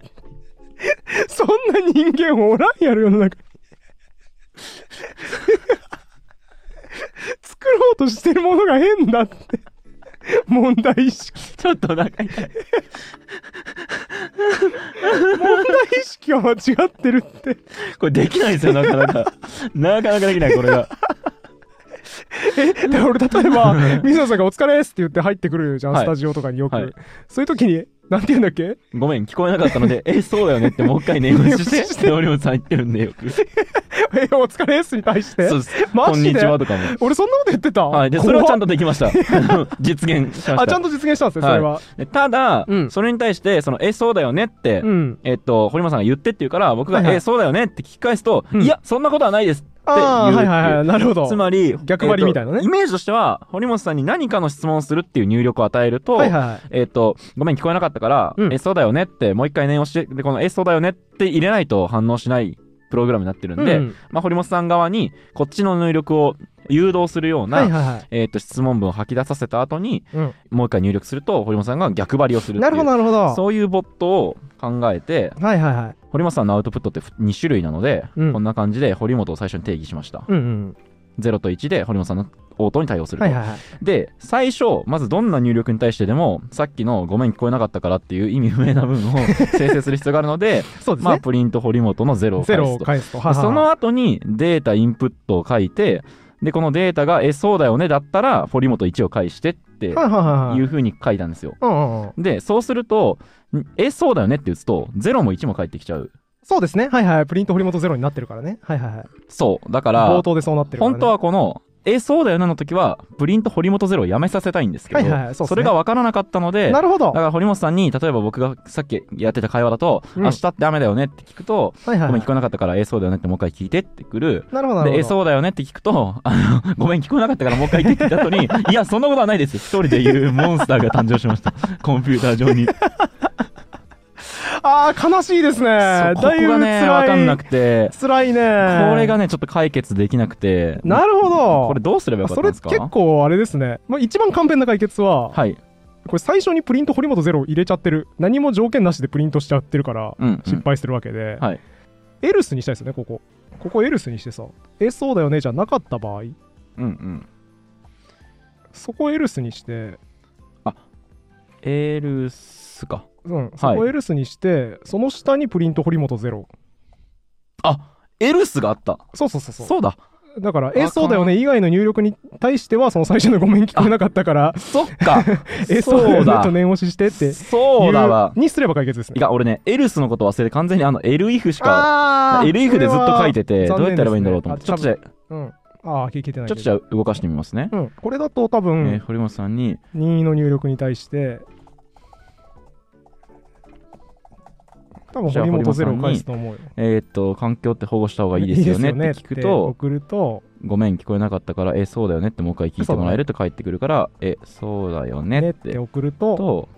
そんな人間おらんやろ世の中に作ろうとしてるものが変だって問題意識ちょっとお腹痛い。問題意識が間違ってるってこれできないですよ、なかなか。なかなかできない、これが。え で俺例えば水野さんが「お疲れです」って言って入ってくるじゃん、はいスタジオとかによく、はいそういう時になんて言うんだっけ ごめん、聞こえなかったので、え、そうだよねって、もう一回念押 しして、しておりもさん言ってるんでよく。そえお疲れですに対してうです。こマんジでにちはとかも。俺そんなこと言ってた、はい、で、それはちゃんととできました。あの実現しまあちゃしたん。と実現したんですねそれは、でただ、うんそれに対して、その、え、そうだよねって、うんえっと、堀本さんが言ってって言うから、僕が、はいはいえ、そうだよねって聞き返すと、うんいや、そんなことはないですって言うああってはいいうはいはいなるほどつまり逆張りみたいなねえっとイメージとしては堀本さんに何かの質問をするっていう入力を与えると、はいはいはい えっ、と、ごめん、聞こえなかったから、うんえ、そうだよねって、もう一回念押して、で、この、え、そうだよねって入れないと反応しないプログラムになってるんで、うんまあ、堀本さん側に、こっちの入力を誘導するような、はいはいはいえっ、と、質問文を吐き出させた後に、うんもう一回入力すると、堀本さんが逆張りをするっていう。なるほどなるほどそういうボットを考えて、はいはいはい堀本さんのアウトプットって2種類なので、うんこんな感じで堀本を最初に定義しました。うんうん0と1で堀本さんの応答に対応すると。はいはいはいで最初まずどんな入力に対してでもさっきの「ごめん聞こえなかったから」っていう意味不明な部分を 生成する必要があるのでそうですまあねプリント堀本の0をゼ返ロをすと返すとはでいはいその後にデータインプットを書いてでこのデータが「えそうだよね」だったら堀本1を返してっていはいはいはいはいうふうに書いたんですようんうんうんでそうするとん「えそうだよね」って打つと0も1も返ってきちゃうそうですねはいはいプリント堀本ゼロになってるからねはいはいはいそうだから冒頭でそうなってるから、ね、本当はこの「えそうだよね」の時はプリント堀本0をやめさせたいんですけどはいはいはいそうですねそれが分からなかったのでなるほどだから堀本さんに例えば僕がさっきやってた会話だと「うん明日って雨だよね」って聞くとはいはい「ごはめいん聞こえなかったからええそうだよね」ってもう一回聞いてってくる。なるほどなるで、ほええどそうだよねって聞くと、 あの、ごめん、聞こえなかったからもう一回言ってって言った後に、いや、そんなことはないです。一人で言うモンスターが誕生し ました。コンピューター上に。ああ悲しいですねそうここだいぶがね、辛いわかんなくて、辛いねこれがねね、ちょっと解決できなくて、なるほどこれどうすればよかっそたんれですか結構あれですね、まあ、一番簡便な解決は、はい。これ最初にプリント堀本ゼロを入れちゃってる何も条件なしでプリントしちゃってるからうん、うん失敗してるわけで、はいエルスにしたいですよねここここエルスにしてさえそうだよねじゃなかった場合うんうん。そこエルスにしてエルスか。うんそこエルスにして、その下にプリント堀本ゼロエルスがあった。そうそうそうそうそうだ。だからあえそうだよね以外の入力に対してはその最初のごめん聞こえなかった から。そっかえそうだよねと念押ししてっていうそうだわ。にすれば解決ですいねや、俺ね、エルスのこと忘れて完全にあの、エルイフしか、あーエルイフでずっと書いてて、それどはうやってやればいいんだろうと思って、ちょ残っと念でじゃ、すちょねあ多分うんああ聞けてないけっとどじゃ動かしてみますね。うん、これだと多えー分堀本さんに、任意の入力に対して多分じゃあ堀本ゼロを堀本さんに返すと思うよ。えーっと、環境って保護した方がいいですよねって聞くと、送るとごめん、聞こえなかって聞くとごめん聞こえなかったから、えーそうだよねってもう一回聞いてもらえると返ってくるから、えーそうだよねねっってて。送るとと、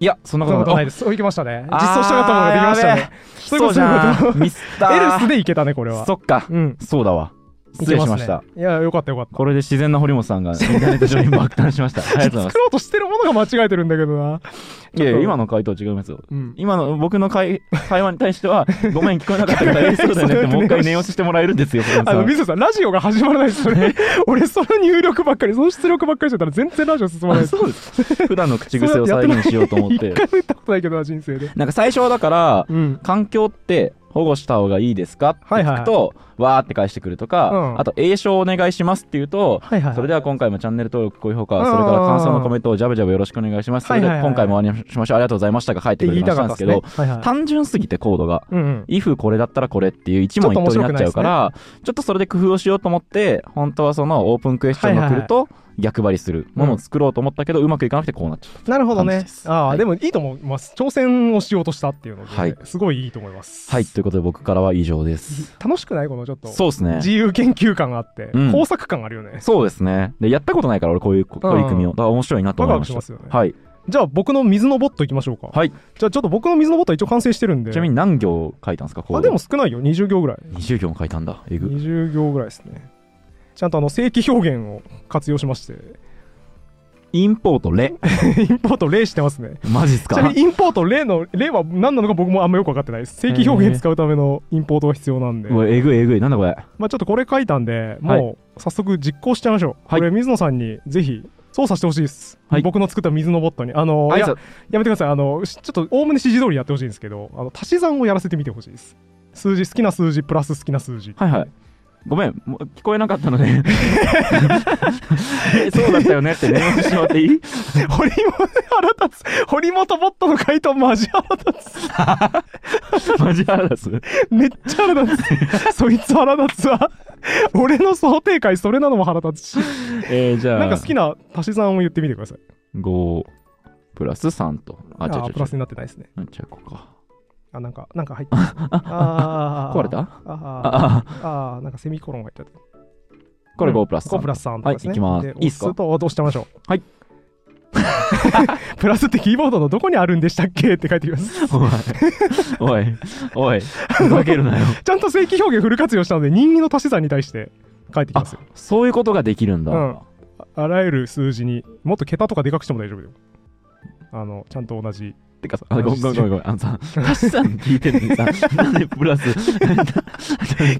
いや、そんそなんなここととないない。です。そういきましたね。あ実装したかったものができましたね。そういうこそうとじゃそういうこん。ミスったと エー。ルスでいけたねこれは。そっか。うん。そうだわ。失礼しましいたけ。すね。いやよかったよかっこれで自然な堀本さんがインターネット上に爆誕し ました。ありた。がとうございま作ろうとしてるものが間違えてるんだけどな。す。いやいや、今の回答違いますよ。うん。今の僕の会会話に対し ては、ごめん、聞こえなかったから、えそうだよねって、もう一回念押ししてもらえるんですよ、堀あの本水野さん、ラジオが始まらないです、そ れ。俺、その入力ばっかり、その出力ばっかりしてたら、全然ラジオ進まなさ。んいあです。そうです。普段の口癖を再現しようと思っ一 て。回も言ったことないけどな、人生で。なんか最初はだから、うん。環境って保護した方がいいですかって聞くと、わーって返してくるとうか、んあと、栄唱お願いしますって言うと、はいはい。それでは今回もチャンネル登録、高評価、うんそれから感想のコメントをジャブジャブよろしくお願いします。それではいははいはい今回も終わりにしましょう。ありがとうございましたが返っっててく言れいまたしたかんっでたですけすねど、はいはい。単純すぎてコードが。うんうん。 if これだったらこれっていう一問一答になっちゃうから、ちょっとそれで工夫をしようと思って、本当はそのオープンクエスチョンが来ると逆張りするものを作ろうと思ったけど、うまくいかなくてこうなっちゃっなるほど感じねで。すあはあ、いでもいいと思います。挑戦をしようとしたっていうのはいで、すごいいいと思います。た。はい、ということで僕からは以上です。楽しくないこのちょっと、そうですね。自由研究感があってう、ん工作感あるよね。そうですね。で、やったことないから俺こういうこ取り組みを。だから面白いなとワ思クいワまクしましすよねた。。はい。じゃあ、僕の水のボットいきましょうか。はい。じゃあ、ちょっと僕の水のボットは一応完成してるんで。ちなみに何行書いたんですか、コード。あ、でも少ないよ。20行ぐらい。 20行も書いたんだ。えぐ。 20行ぐらいですねちゃんとあの正規表現を活用しましてインポートレ。 インポート例してますね。マジっすちなみかにインポート例の例は何なのか僕もあんまよく分かってないです。正規表現使うためのインポートが必要なんで、うわえぐいえぐい。なんだこれ。まあ、ちょっとこれ書いたんで、はいもう早速実行しちゃいましょう。はいこれ水野さんにぜひ操作してほしいです。はい僕の作った水のボットに。あのあいいやさやめてください。あの、しちょっと、おおむね指示通りやってほしいんですけど、あの足し算をやらせてみてほしいです。数字、好きな数字、プラス好きな数 字。はいはい。ごめん、もう聞こえな かったので。えそうだったよねって連絡してもらっていい 堀本、腹立つ。堀本ボットの回答、マジ腹立つ。マジ腹立つ。めっちゃ腹立つ。そいつ腹立つわ。俺の想定外、それなのも腹立つし。えー、じゃあ、なんか好きな足し算を言ってみてください。 5プラス3と。あ、違う違う違あう。プラスになってないですね。うん違うここか。あ、なんか、なんか入 ってあー壊れたああーあ、あー、なんかセミコロンが入っちゃった。これ5プラス3。 5プラス3とかですね。はいいきますでいいっすか押と押してましょう。はい。 プラスってキーボードのどこにあるんでしたっけって書いてきます。 おい、おい、おい、ふざけ るなよ。ちゃんと正規表現フル活用したので、人間の足し算に対して書いてきますよ。そういうことができるんだ。うんああらゆる数字にもっと桁とかでかくしても大丈夫よ。あの、ちゃんと同じ。 てかさ、あごめんごめんごめんごめん。あのさ、足し算聞いてるのにさ、なんでプラス。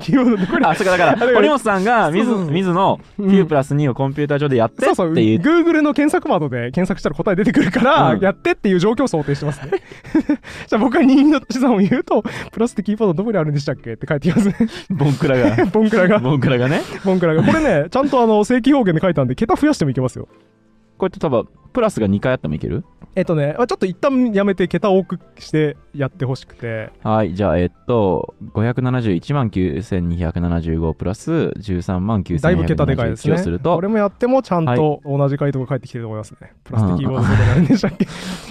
キーボードでこれ、あ、そうか、だから、堀本さんが水そうそうそう水のうん9プラス2をコンピューター上でやってそうそう、っていう。 Google の検索窓で検索したら答え出てくるから、うんやってっていう状況を想定してますね。 じゃあ僕が人間の足し算を言うと、プラスってキーボードどこにあるんでしたっけって書いてきますね。 ボンクラが。ボンクラが。ボンクラがね。ボンクラが。これね、 ちゃんとあの正規表現で書いたんで、桁増やしてもいけますよ。こうやって多分、プラスが2回あってもいけるえっとね、あちょっと一旦やめて、桁多くしてやってほしくて、はい、じゃあ、えっと、571万9275プラス13万9275だいぶ桁でかいですね。をするとこれ、もやっても、ちゃんと同じ回答が返ってきてると思いますね。プラス的キーボードとかなんでしたっけ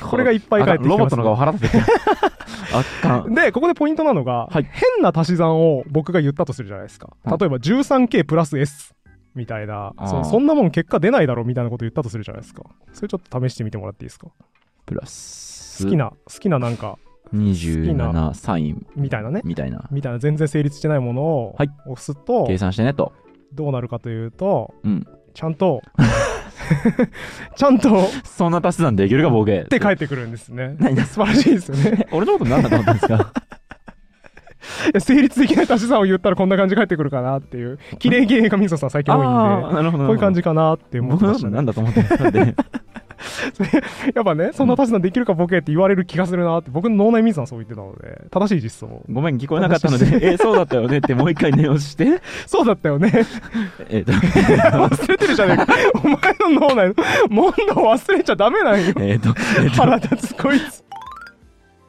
これがいっぱい返ってきてますね あロボットの顔腹 立ってきた。あかん。で、ここでポイントなのが、はい変な足し算を僕が言ったとするじゃないですか。例はいえば 13K プラス S。みたいなあそーそんなもん結果出ないだろうみたいなこと言ったとするじゃないですかそれちょっと試してみてもらっていいですかプラス。好き。な好きななんか27サインみたいなねみたいな。みたいな全然成立してないものをはい押すと、計算してねと。どうなるかというと、うんちゃん とちゃんとっそんな足し算できるか、ボケ。て返ってくるんですね何だ素晴らしいですよね俺のこと何だと思ったんですかいや成立できない足し算を言ったらこんな感じ返ってくるかなっていう綺麗芸がみそさん最近多いんあでー、なるほど。こういう感じかなって思っ僕てのまこしと たね何だと思ってんですかって。やっぱねそんな足し算できるかボケって言われる気がするなって僕の脳内水さんそう言ってたので正しい実装ごめん、聞こえなかったの で、え、そうだったよねってもう一回念をして。そうだったよ ねえっと、忘れてるじゃねえかお前の脳内の問答忘れちゃダメなんよえっと、えっと、腹立つこいつっ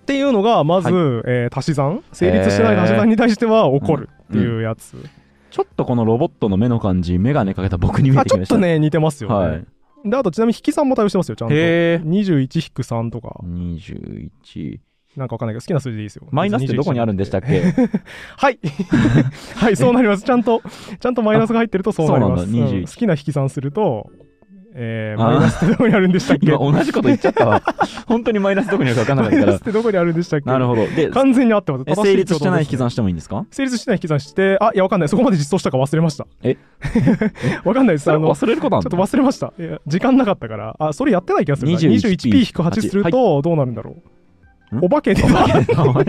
ていうのがまず、えー足し算成立してない足し算に対しては怒るっていうやつ、ちょっとこのロボットの目の感じ、眼鏡かけた僕に見えあてきちょまっした。とね似てますよね、はい。であとちなみに引き算も対応してますよちゃんとへー21-3とか21。なんかわかんないけど好きな数字でいいですよマイナスってどこにあるんでしたっけはい はいそうなりますちゃんとちゃんとマイナスが入ってるとそうなりますそうなんだ21好きな引き算するとえーあーマイナスってどこにあるんでしたっけ 今同じこと言っちゃった わ。本当にマイナスどこにあるか分かんなマかっイた ナスかってどこにあるんでしたっけら。なるほど。で、完全に合ってますえ正し成立してない引行動ですねき算してもいいんですか成立してない引き算して、あ、いや、わかんない。そこまで実装したか忘れました。え わかんないです。それあの、ちょ忘れることあっるとの忘れました。いや時間なかったから。あ、それやってない気がするな。 21P 21P-8 すると、どうなるんだろう。んお化けで、お化おいおいおい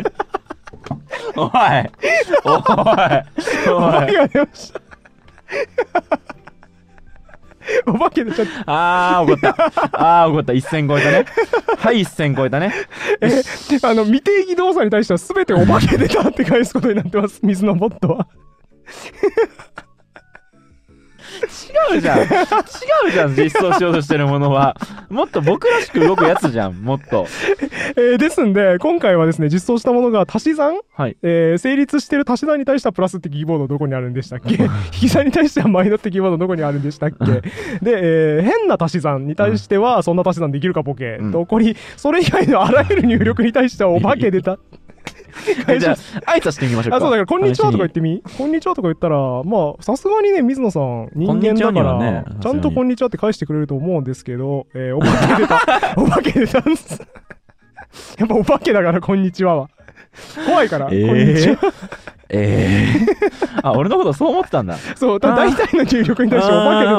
おけ いが出ました。お化けでちょっと、あー怒ったあー怒った一線超えたねはい一線超えたねえ、あの、未定義動作に対しては全てお化けでたって返すことになってます。水のボットは。違うじゃん違うじゃん実装しようとしてるものはもっと僕らしく動くやつじゃんもっとえーですんで、今回はですね、実装したものが足し算、はいえー成立してる足し算に対してはプラスってキーボードどこにあるんでしたっ け引き算に対してはマイナスってキーボードどこにあるんでしたっけで、えー変な足し算に対してはそんな足し算できるかボケ、うんと残り、それ以外のあらゆる入力に対してはお化け出た。えじゃあ挨拶してみましょうかあそうだから「こんにちは」とか言っててみ「こんにちは」とか言ったらまあさすがにね水野さん人間だかこんにちはにはらねちゃんと「こんにちは」って返してくれると思うんですけど、えーお化け出たお化け出 たんです やっぱお化けだから「こんにちは」は怖いから「えーこんにちはえー、あ俺のことそう思ってたんだ」そうだあー大体の入力に対して「お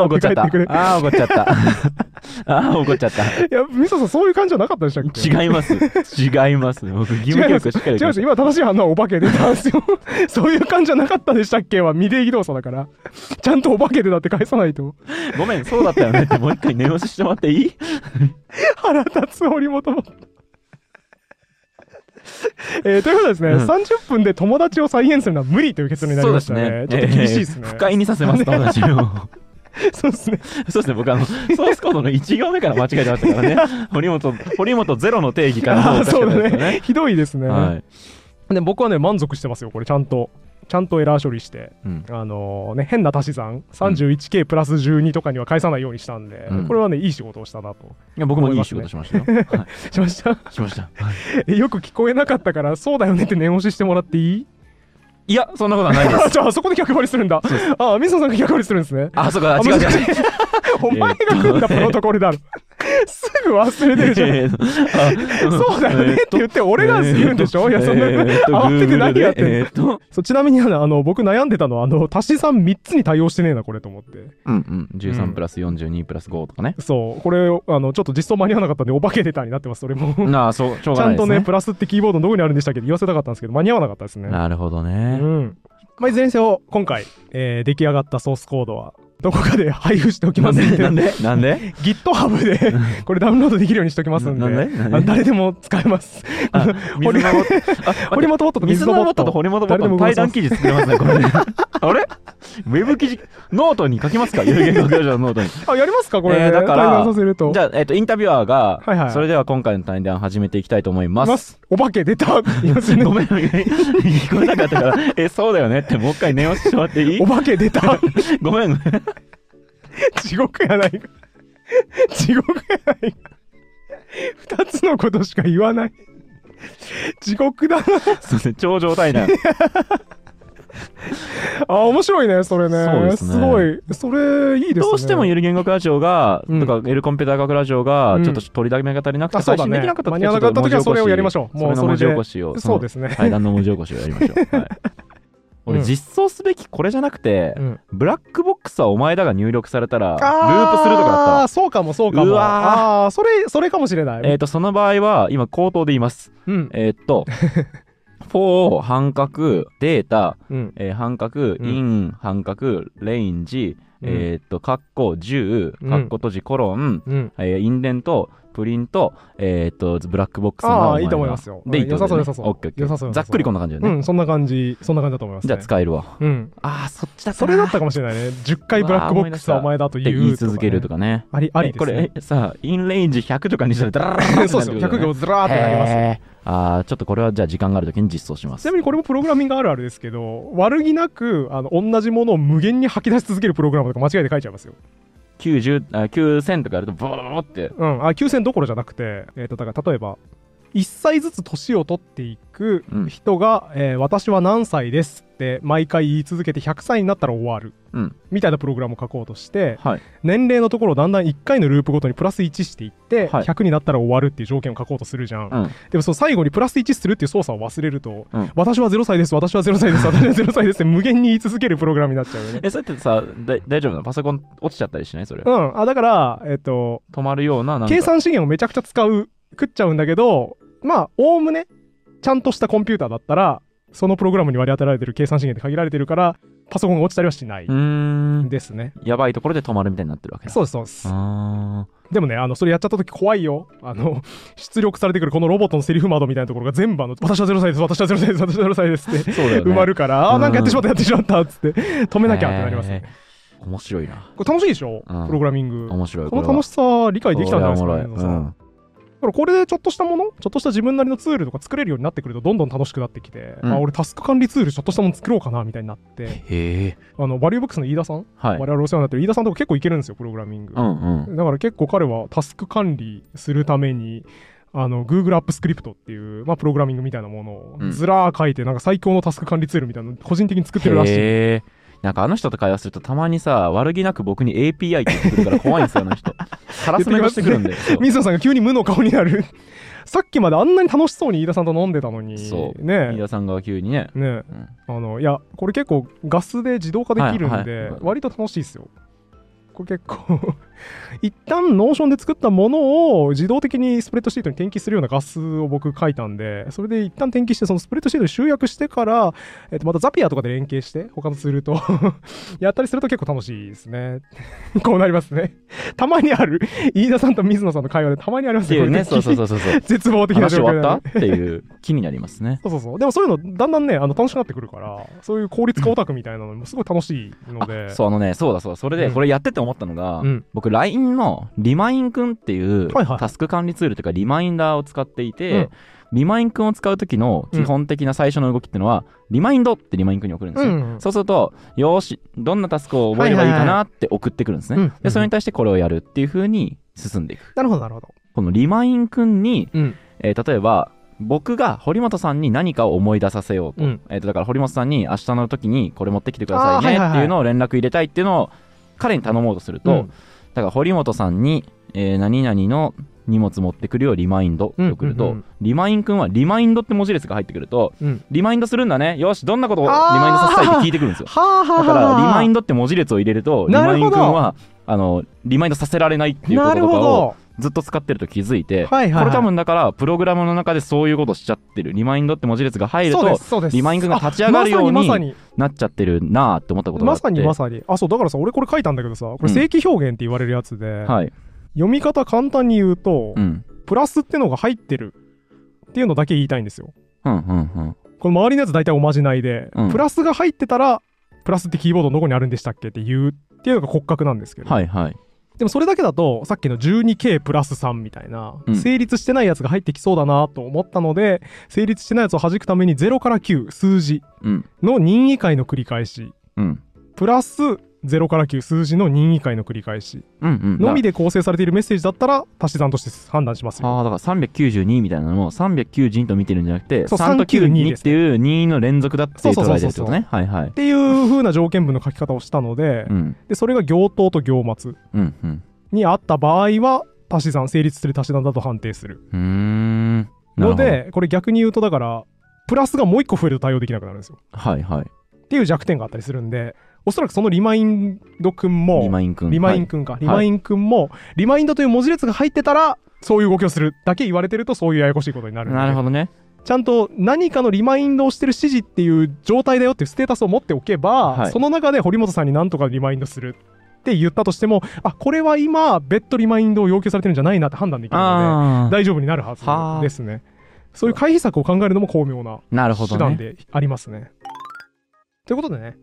化け出た」って書いてくれるあー怒っちゃったあー怒っちゃったああ、怒っちゃった。いや、ミソさん、そういう感じじゃなかったでしたっけ違います。違います。僕、義務教育をしっか違りいます今正しい反応はお化 け出たんですよそういう感じじゃなかったでしたっけは未定義動作だからちゃんとお化け出たって返さないとごめん、そうだったよねって、もう一回念押ししてもらっていい腹立つ堀本もえーということでですね、うん30分で友達を再現するのは無理という結論になりましたねそうちですねょっと厳しいですね、不快にさせます、友達を。 そうですね そうですね、僕、あの、ソースコードの1行目から間違えてましたから ね。堀本、堀本ゼロの定義からもあーうそう おかしかだったですよね。ひどいですね、はい。で僕はね満足してますよこれちゃんとちゃんとエラー処理してうん。あのね、変な足し算 31K プラス12とかには返さないようにしたんで、うんこれはねいい仕事をしたなといや僕もいい仕事しましたよ。はしました い、しました。えよく聞こえなかったからそうだよねって念押ししてもらって いいいや、そんなことはないです。あじゃああそこで逆張りするんだああ水野さんが逆張りするんですねあ、そうか、違う違う違う。お前が組んだプロトコルだろ すぐ忘れてるじゃんえーとあそうだよねって言って俺が言うんでしょいやそんな慌てて何やってんのえーと、そうちなみにあのあの僕悩んでたのはあの足し算3つに対応してねえなこれと思ってうんうん、13プラス42プラス5とかね。そうこれあのちょっと実装間に合わなかったんでお化け出たになってますそれもなあ、そう、しょうちがゃないんでとすね、ね。プラスってキーボードのどこにあるんでしたっけって言わせたかったんですけど、間に合わなかったですね。なるほどうね。ん。まあ、いずれにせよ、今回、えー出来上がったソースコードは、どこかで 配布しておきまなんすんでで、なんでなんで GitHub で これダウンロードできるようにしておきますんで、ななんでなんであ誰でも使えます。あ堀水のロボット。あ堀本待ってボットと水水ののボッロボットトと堀本ボッ誰でトもの動か対せま談す記事作れますね、これね。 あれウェブ記事、ノートに書きま すか有限学業上のノートに。あ、やりますかこれ、えーだから対談させると。じゃあ、えっと、インタビュアーが、はいはいそれでは今回の対談を始めていきたいと思いま。いますすお化け出 た言いますねごめん、聞こえなかったから、え、そうだよねって、もう一回念押ししてもらっていいお化け出たごめん、地獄やないか。地獄やないか。二つのことしか言わない。地獄だな。そうですね、超状態な。あ面白いねそれねそうですねごいそれいいですねどうしてもゆる言語学ラジオが、うんとか、ゆるコンピューター学ラジオがう、んちょっと取りだめが足りなくて、あそう最だ新ねできなかった間に合わなかった時はそれをやりましょうももううそそれれでで文字起こしを、そうですね対談の文字起こしをやりましょう。はい、俺、うん実装すべきこれじゃなくて、うんブラックボックスはお前だが入力されたら、ルあープするとかだったわあーそうかもそうかもうわああーそれそれかもしれない、えっ、と、その場合は、今、口頭で言います。うんえっ、 と、for 半角、データ、うんえー半角、うん in 半角、レンジ、うんえっ、と、カッコ10、うんカッコ閉じ、コロン、うんえーインデント、プリント、えっ、と、ブラックボックスのああお前がいいと思いますよで、いいってことだよね良さそう良さそうオッケーオッケー良さそう良さそうざっくりこんな感じだうよね。ん、そんな感じそんな感じだと思います、ね、じゃあ使えるわ。うんああ、そっちだったそれだったかもしれないね10回ブラックボックスはお前だとっ言てう言い続けるとかかね。ねありありえでこすれねえさ、インレンジ100とかにしたらダラララララそうですよってなる100けどね行ずらーってなりますねへーあーちょっとこれはじゃあ時間があるときに実装しますちなみにこれもプログラミングあるあるですけど悪気なくあの同じものを無限に吐き出し続けるプログラムとか間違えて書いちゃいますよ90あ9000とかやるとボロボロボロってうん、あ9000どころじゃなくて、えー、とだから例えば1歳ずつ年を取っていくうん人が、えー私は何歳です」って毎回言い続けて100歳になったら終わる、うんみたいなプログラムを書こうとしてはい年齢のところをだんだん1回のループごとにプラス1していって、はい100になったら終わるっていう条件を書こうとするじゃん、うんでもその最後にプラス1するっていう操作を忘れると、うん私は0歳です私は0歳です私は0歳ですって無限に言い続けるプログラムになっちゃうよねえそうやってさだ大丈夫なのパソコン落ちちゃったりしないそれうんあだからえっ、と止まるようななんか計算資源をめちゃくちゃ使う食っちゃうんだけどまあおおむねちゃんとしたコンピューターだったらそのプログラムに割り当てられてる計算資源って限られてるからパソコンが落ちたりはしないうーんですね、やばいところで止まるみたいになってるわけだそうですそうですあでもねあのそれやっちゃった時怖いよあの出力されてくるこのロボットのセリフ窓みたいなところが全部あの私は0歳です私は0歳です私は0歳ですってーそうだよね埋まるから、あーなんかやってしまったやってしまったっつって止止めなきゃってなりますね面白いなこれ楽しいでしょ、うんプログラミング面白いこの楽しさ理解できたんじゃないですかねこれはおもろ皆いさんだからこれでちょっとしたものちょっとした自分なりのツールとか作れるようになってくるとどんどん楽しくなってきて、うんあ俺タスク管理ツールちょっとしたもの作ろうかなみたいになってうんへえあのバリューブックスの飯田さん、はい我々お世話になってる飯田さんとか結構いけるんですよプログラミング、うんうんだから結構彼はタスク管理するためにあの Google アップスクリプトっていう、まあ、プログラミングみたいなものをうんずらー書いて、なんか最強のタスク管理ツールみたいなの個人的に作ってるらしいへえなんかあの人と会話するとたまにさ悪気なく僕に API って言ってくるから怖いんですよあ の人ハラスメントしてくるんでそう水野さんが急に無の顔になるさっきまであんなに楽しそうに飯田さんと飲んでたのにそうね飯田さんが急にねねあのいやこれ結構ガスで自動化できるんで、はいはい割と楽しいですよこれ結構 一旦ノーションで作ったものを自動的にスプレッドシートに転記するような画数を僕書いたんで、それで一旦転記して、そのスプレッドシートに集約してから、えっと、またザピアとかで連携して、他のツールと やったりすると結構楽しいですね。 こうなりますね。たまにある、飯田さんと水野さんの会話でたまにありますね。ねそうそうそうそう。 絶望的な状況、ね、話終わったっていう気になりますね。そうそうそう。でもそういうの、だんだんね、あの楽しくなってくるから、そういう効率化オタクみたいなのもすごい楽しいので。そう、あのね、そうだそうだ。それで、これやってて思ったのが、うん、僕、LINE のリマインくんっていうタスク管理ツールというかリマインダーを使っていて、はいはいうん、リマインくんを使う時の基本的な最初の動きっていうのは、うん、リマインドってリマインくんに送るんですよ、うんうん、そうするとよしどんなタスクを覚えればいいかなって送ってくるんですね、はいはいはい、でそれに対してこれをやるっていうふうに進んでいく、なるほどなるほどこのリマインくんに、うん、えー、例えば僕が堀本さんに何かを思い出させようと,、えー、とだから堀本さんに明日の時にこれ持ってきてくださいねっていうのを連絡入れたいっていうのを彼に頼もうとすると、だから堀本さんに、えー、何々の荷物持ってくるよリマインドって送ると、うんうんうん、リマインくんはリマインドって文字列が入ってくると、うん、リマインドするんだねよしどんなことをリマインドさせたいって聞いてくるん ですよだからリマインドって文字列を入れるとリマインくんはあのリマインドさせられないっていうこととかをずっと使ってると気づいて、はいはいはい、これ多分だからプログラムの中でそういうことしちゃってるリマインドって文字列が入るとリマインドが立ち上がるようになっちゃってるなーって思ったことがあってまさにまさにあそうだからさ俺これ書いたんだけどさこれ正規表現って言われるやつで、うんはい、読み方簡単に言うと、うん、プラスってのが入ってるっていうのだけ言いたいんですよ、うんうんうん、この周りのやつ大体おまじないで、うん、プラスが入ってたらプラスってキーボードどこにあるんでしたっけって言うっていうのが骨格なんですけど、はいはい、でもそれだけだとさっきの 12K プラス3みたいな、うん、成立してないやつが入ってきそうだなと思ったので成立してないやつを弾くために0から9数字の任意解の繰り返し、うん、プラス0から9数字の任意解の繰り返し、うんうん、のみで構成されているメッセージだったら足し算として判断しますよあだから392みたいなのも392と見てるんじゃなくてそう3と92っていう2の連続だっていう捉えですよねはいはいっていう風な条件文の書き方をしたので,うん、でそれが行頭と行末にあった場合は足し算成立する足し算だと判定するうんのでこれ逆に言うとだからプラスがもう一個増えると対応できなくなるんですよはいはいっていう弱点があったりするんでおそらくそのリマインドくんも、リマインくん。リマインくんか、はい。リマインくんも、リマインドという文字列が入ってたら、そういう動きをするだけ言われてると、そういうややこしいことになる、なるほどね。ちゃんと何かのリマインドをしてる指示っていう状態だよっていうステータスを持っておけば、はい、その中で堀本さんに何とかリマインドするって言ったとしても、あ、これは今、別途リマインドを要求されてるんじゃないなって判断できるので、大丈夫になるはずですね。そういう回避策を考えるのも巧妙な手段でありますね。ねということでね、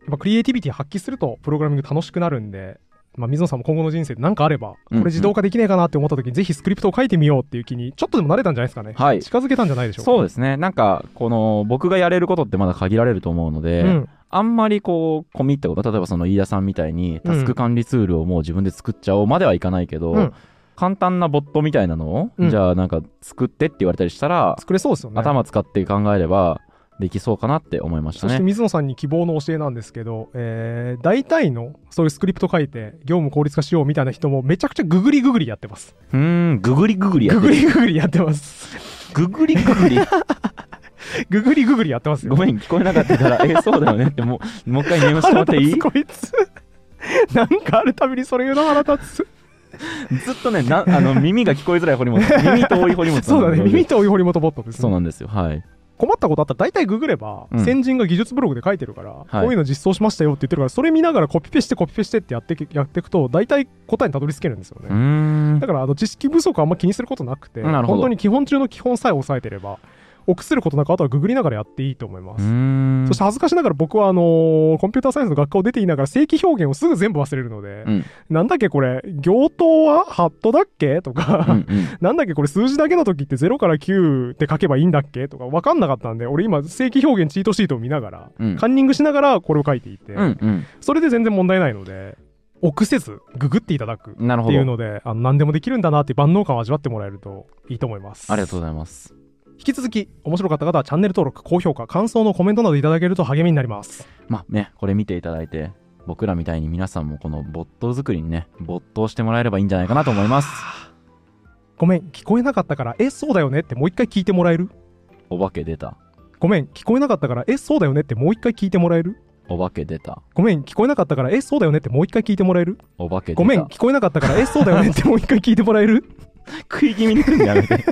やっぱクリエイティビティ発揮するとプログラミング楽しくなるんで、まあ、水野さんも今後の人生で何かあればこれ自動化できないかなって思った時にぜひスクリプトを書いてみようっていう気にちょっとでも慣れたんじゃないですかね、はい、近づけたんじゃないでしょうかそうですねなんかこの僕がやれることってまだ限られると思うので、うん、あんまりこうコミット例えばその飯田さんみたいにタスク管理ツールをもう自分で作っちゃおうまではいかないけど、うんうん簡単なボットみたいなのを、じゃあなんか作ってって言われたりしたら作れそうですよね頭使って考えればできそうかなって思いました、ね、そして水野さんに希望の教えなんですけど、えー、大体のそういうスクリプト書いて業務効率化しようみたいな人もめちゃくちゃググリググリやってますうんググリググリやってググリググリやってます ググリググリググリググリやってますよごめん聞こえなかったからえそうだよねってもうもう一回念をしてもらってい いこいつなんかあるたびにそれ言うの腹立つずっとねなあの耳が聞こえづらい堀本 耳遠い堀本そうだね耳遠い堀本ボットです、ね、そうなんですよはい困ったことあったら大体ググれば、先人が技術ブログで書いてるから、うん、こういうの実装しましたよって言ってるから、はい、それ見ながらコピペしてコピペしてってやってやっていくと大体答えにたどり着けるんですよねだからあの知識不足あんま気にすることなくて本当に基本中の基本さえ押さえてれば臆することなくあとはググりながらやっていいと思いますそして恥ずかしながら僕はあのー、コンピューターサイエンスの学科を出ていながら正規表現をすぐ全部忘れるので、うん、なんだっけこれ行頭はハットだっけとか、うんうん、なんだっけこれ数字だけの時って0から9って書けばいいんだっけとか分かんなかったんで俺今正規表現チートシートを見ながら、 うん、カンニングしながらこれを書いていて、うんうん、それで全然問題ないので臆せずググっていただくっていうのであの何でもできるんだなって万能感を味わってもらえるといいと思いますありがとうございます引き続き面白かった方はチャンネル登録高評価感想のコメントなどいただけると励みになりますまあねこれ見ていただいて僕らみたいに皆さんもこの没頭作りにね没頭してもらえればいいんじゃないかなと思いますごめん聞こえなかったからえそうだよねってもう一回聞いてもらえるお化け出たごめん聞こえなかったからえそうだよねってもう一回聞いてもらえるお化け出た。ごめん、聞こえなかったから、え、そうだよねってもう一回聞いてもらえるお化け出た。ごめん、聞こえなかったから、え、そうだよねってもう一回聞いてもらえる食い気味に来るんじゃなくて。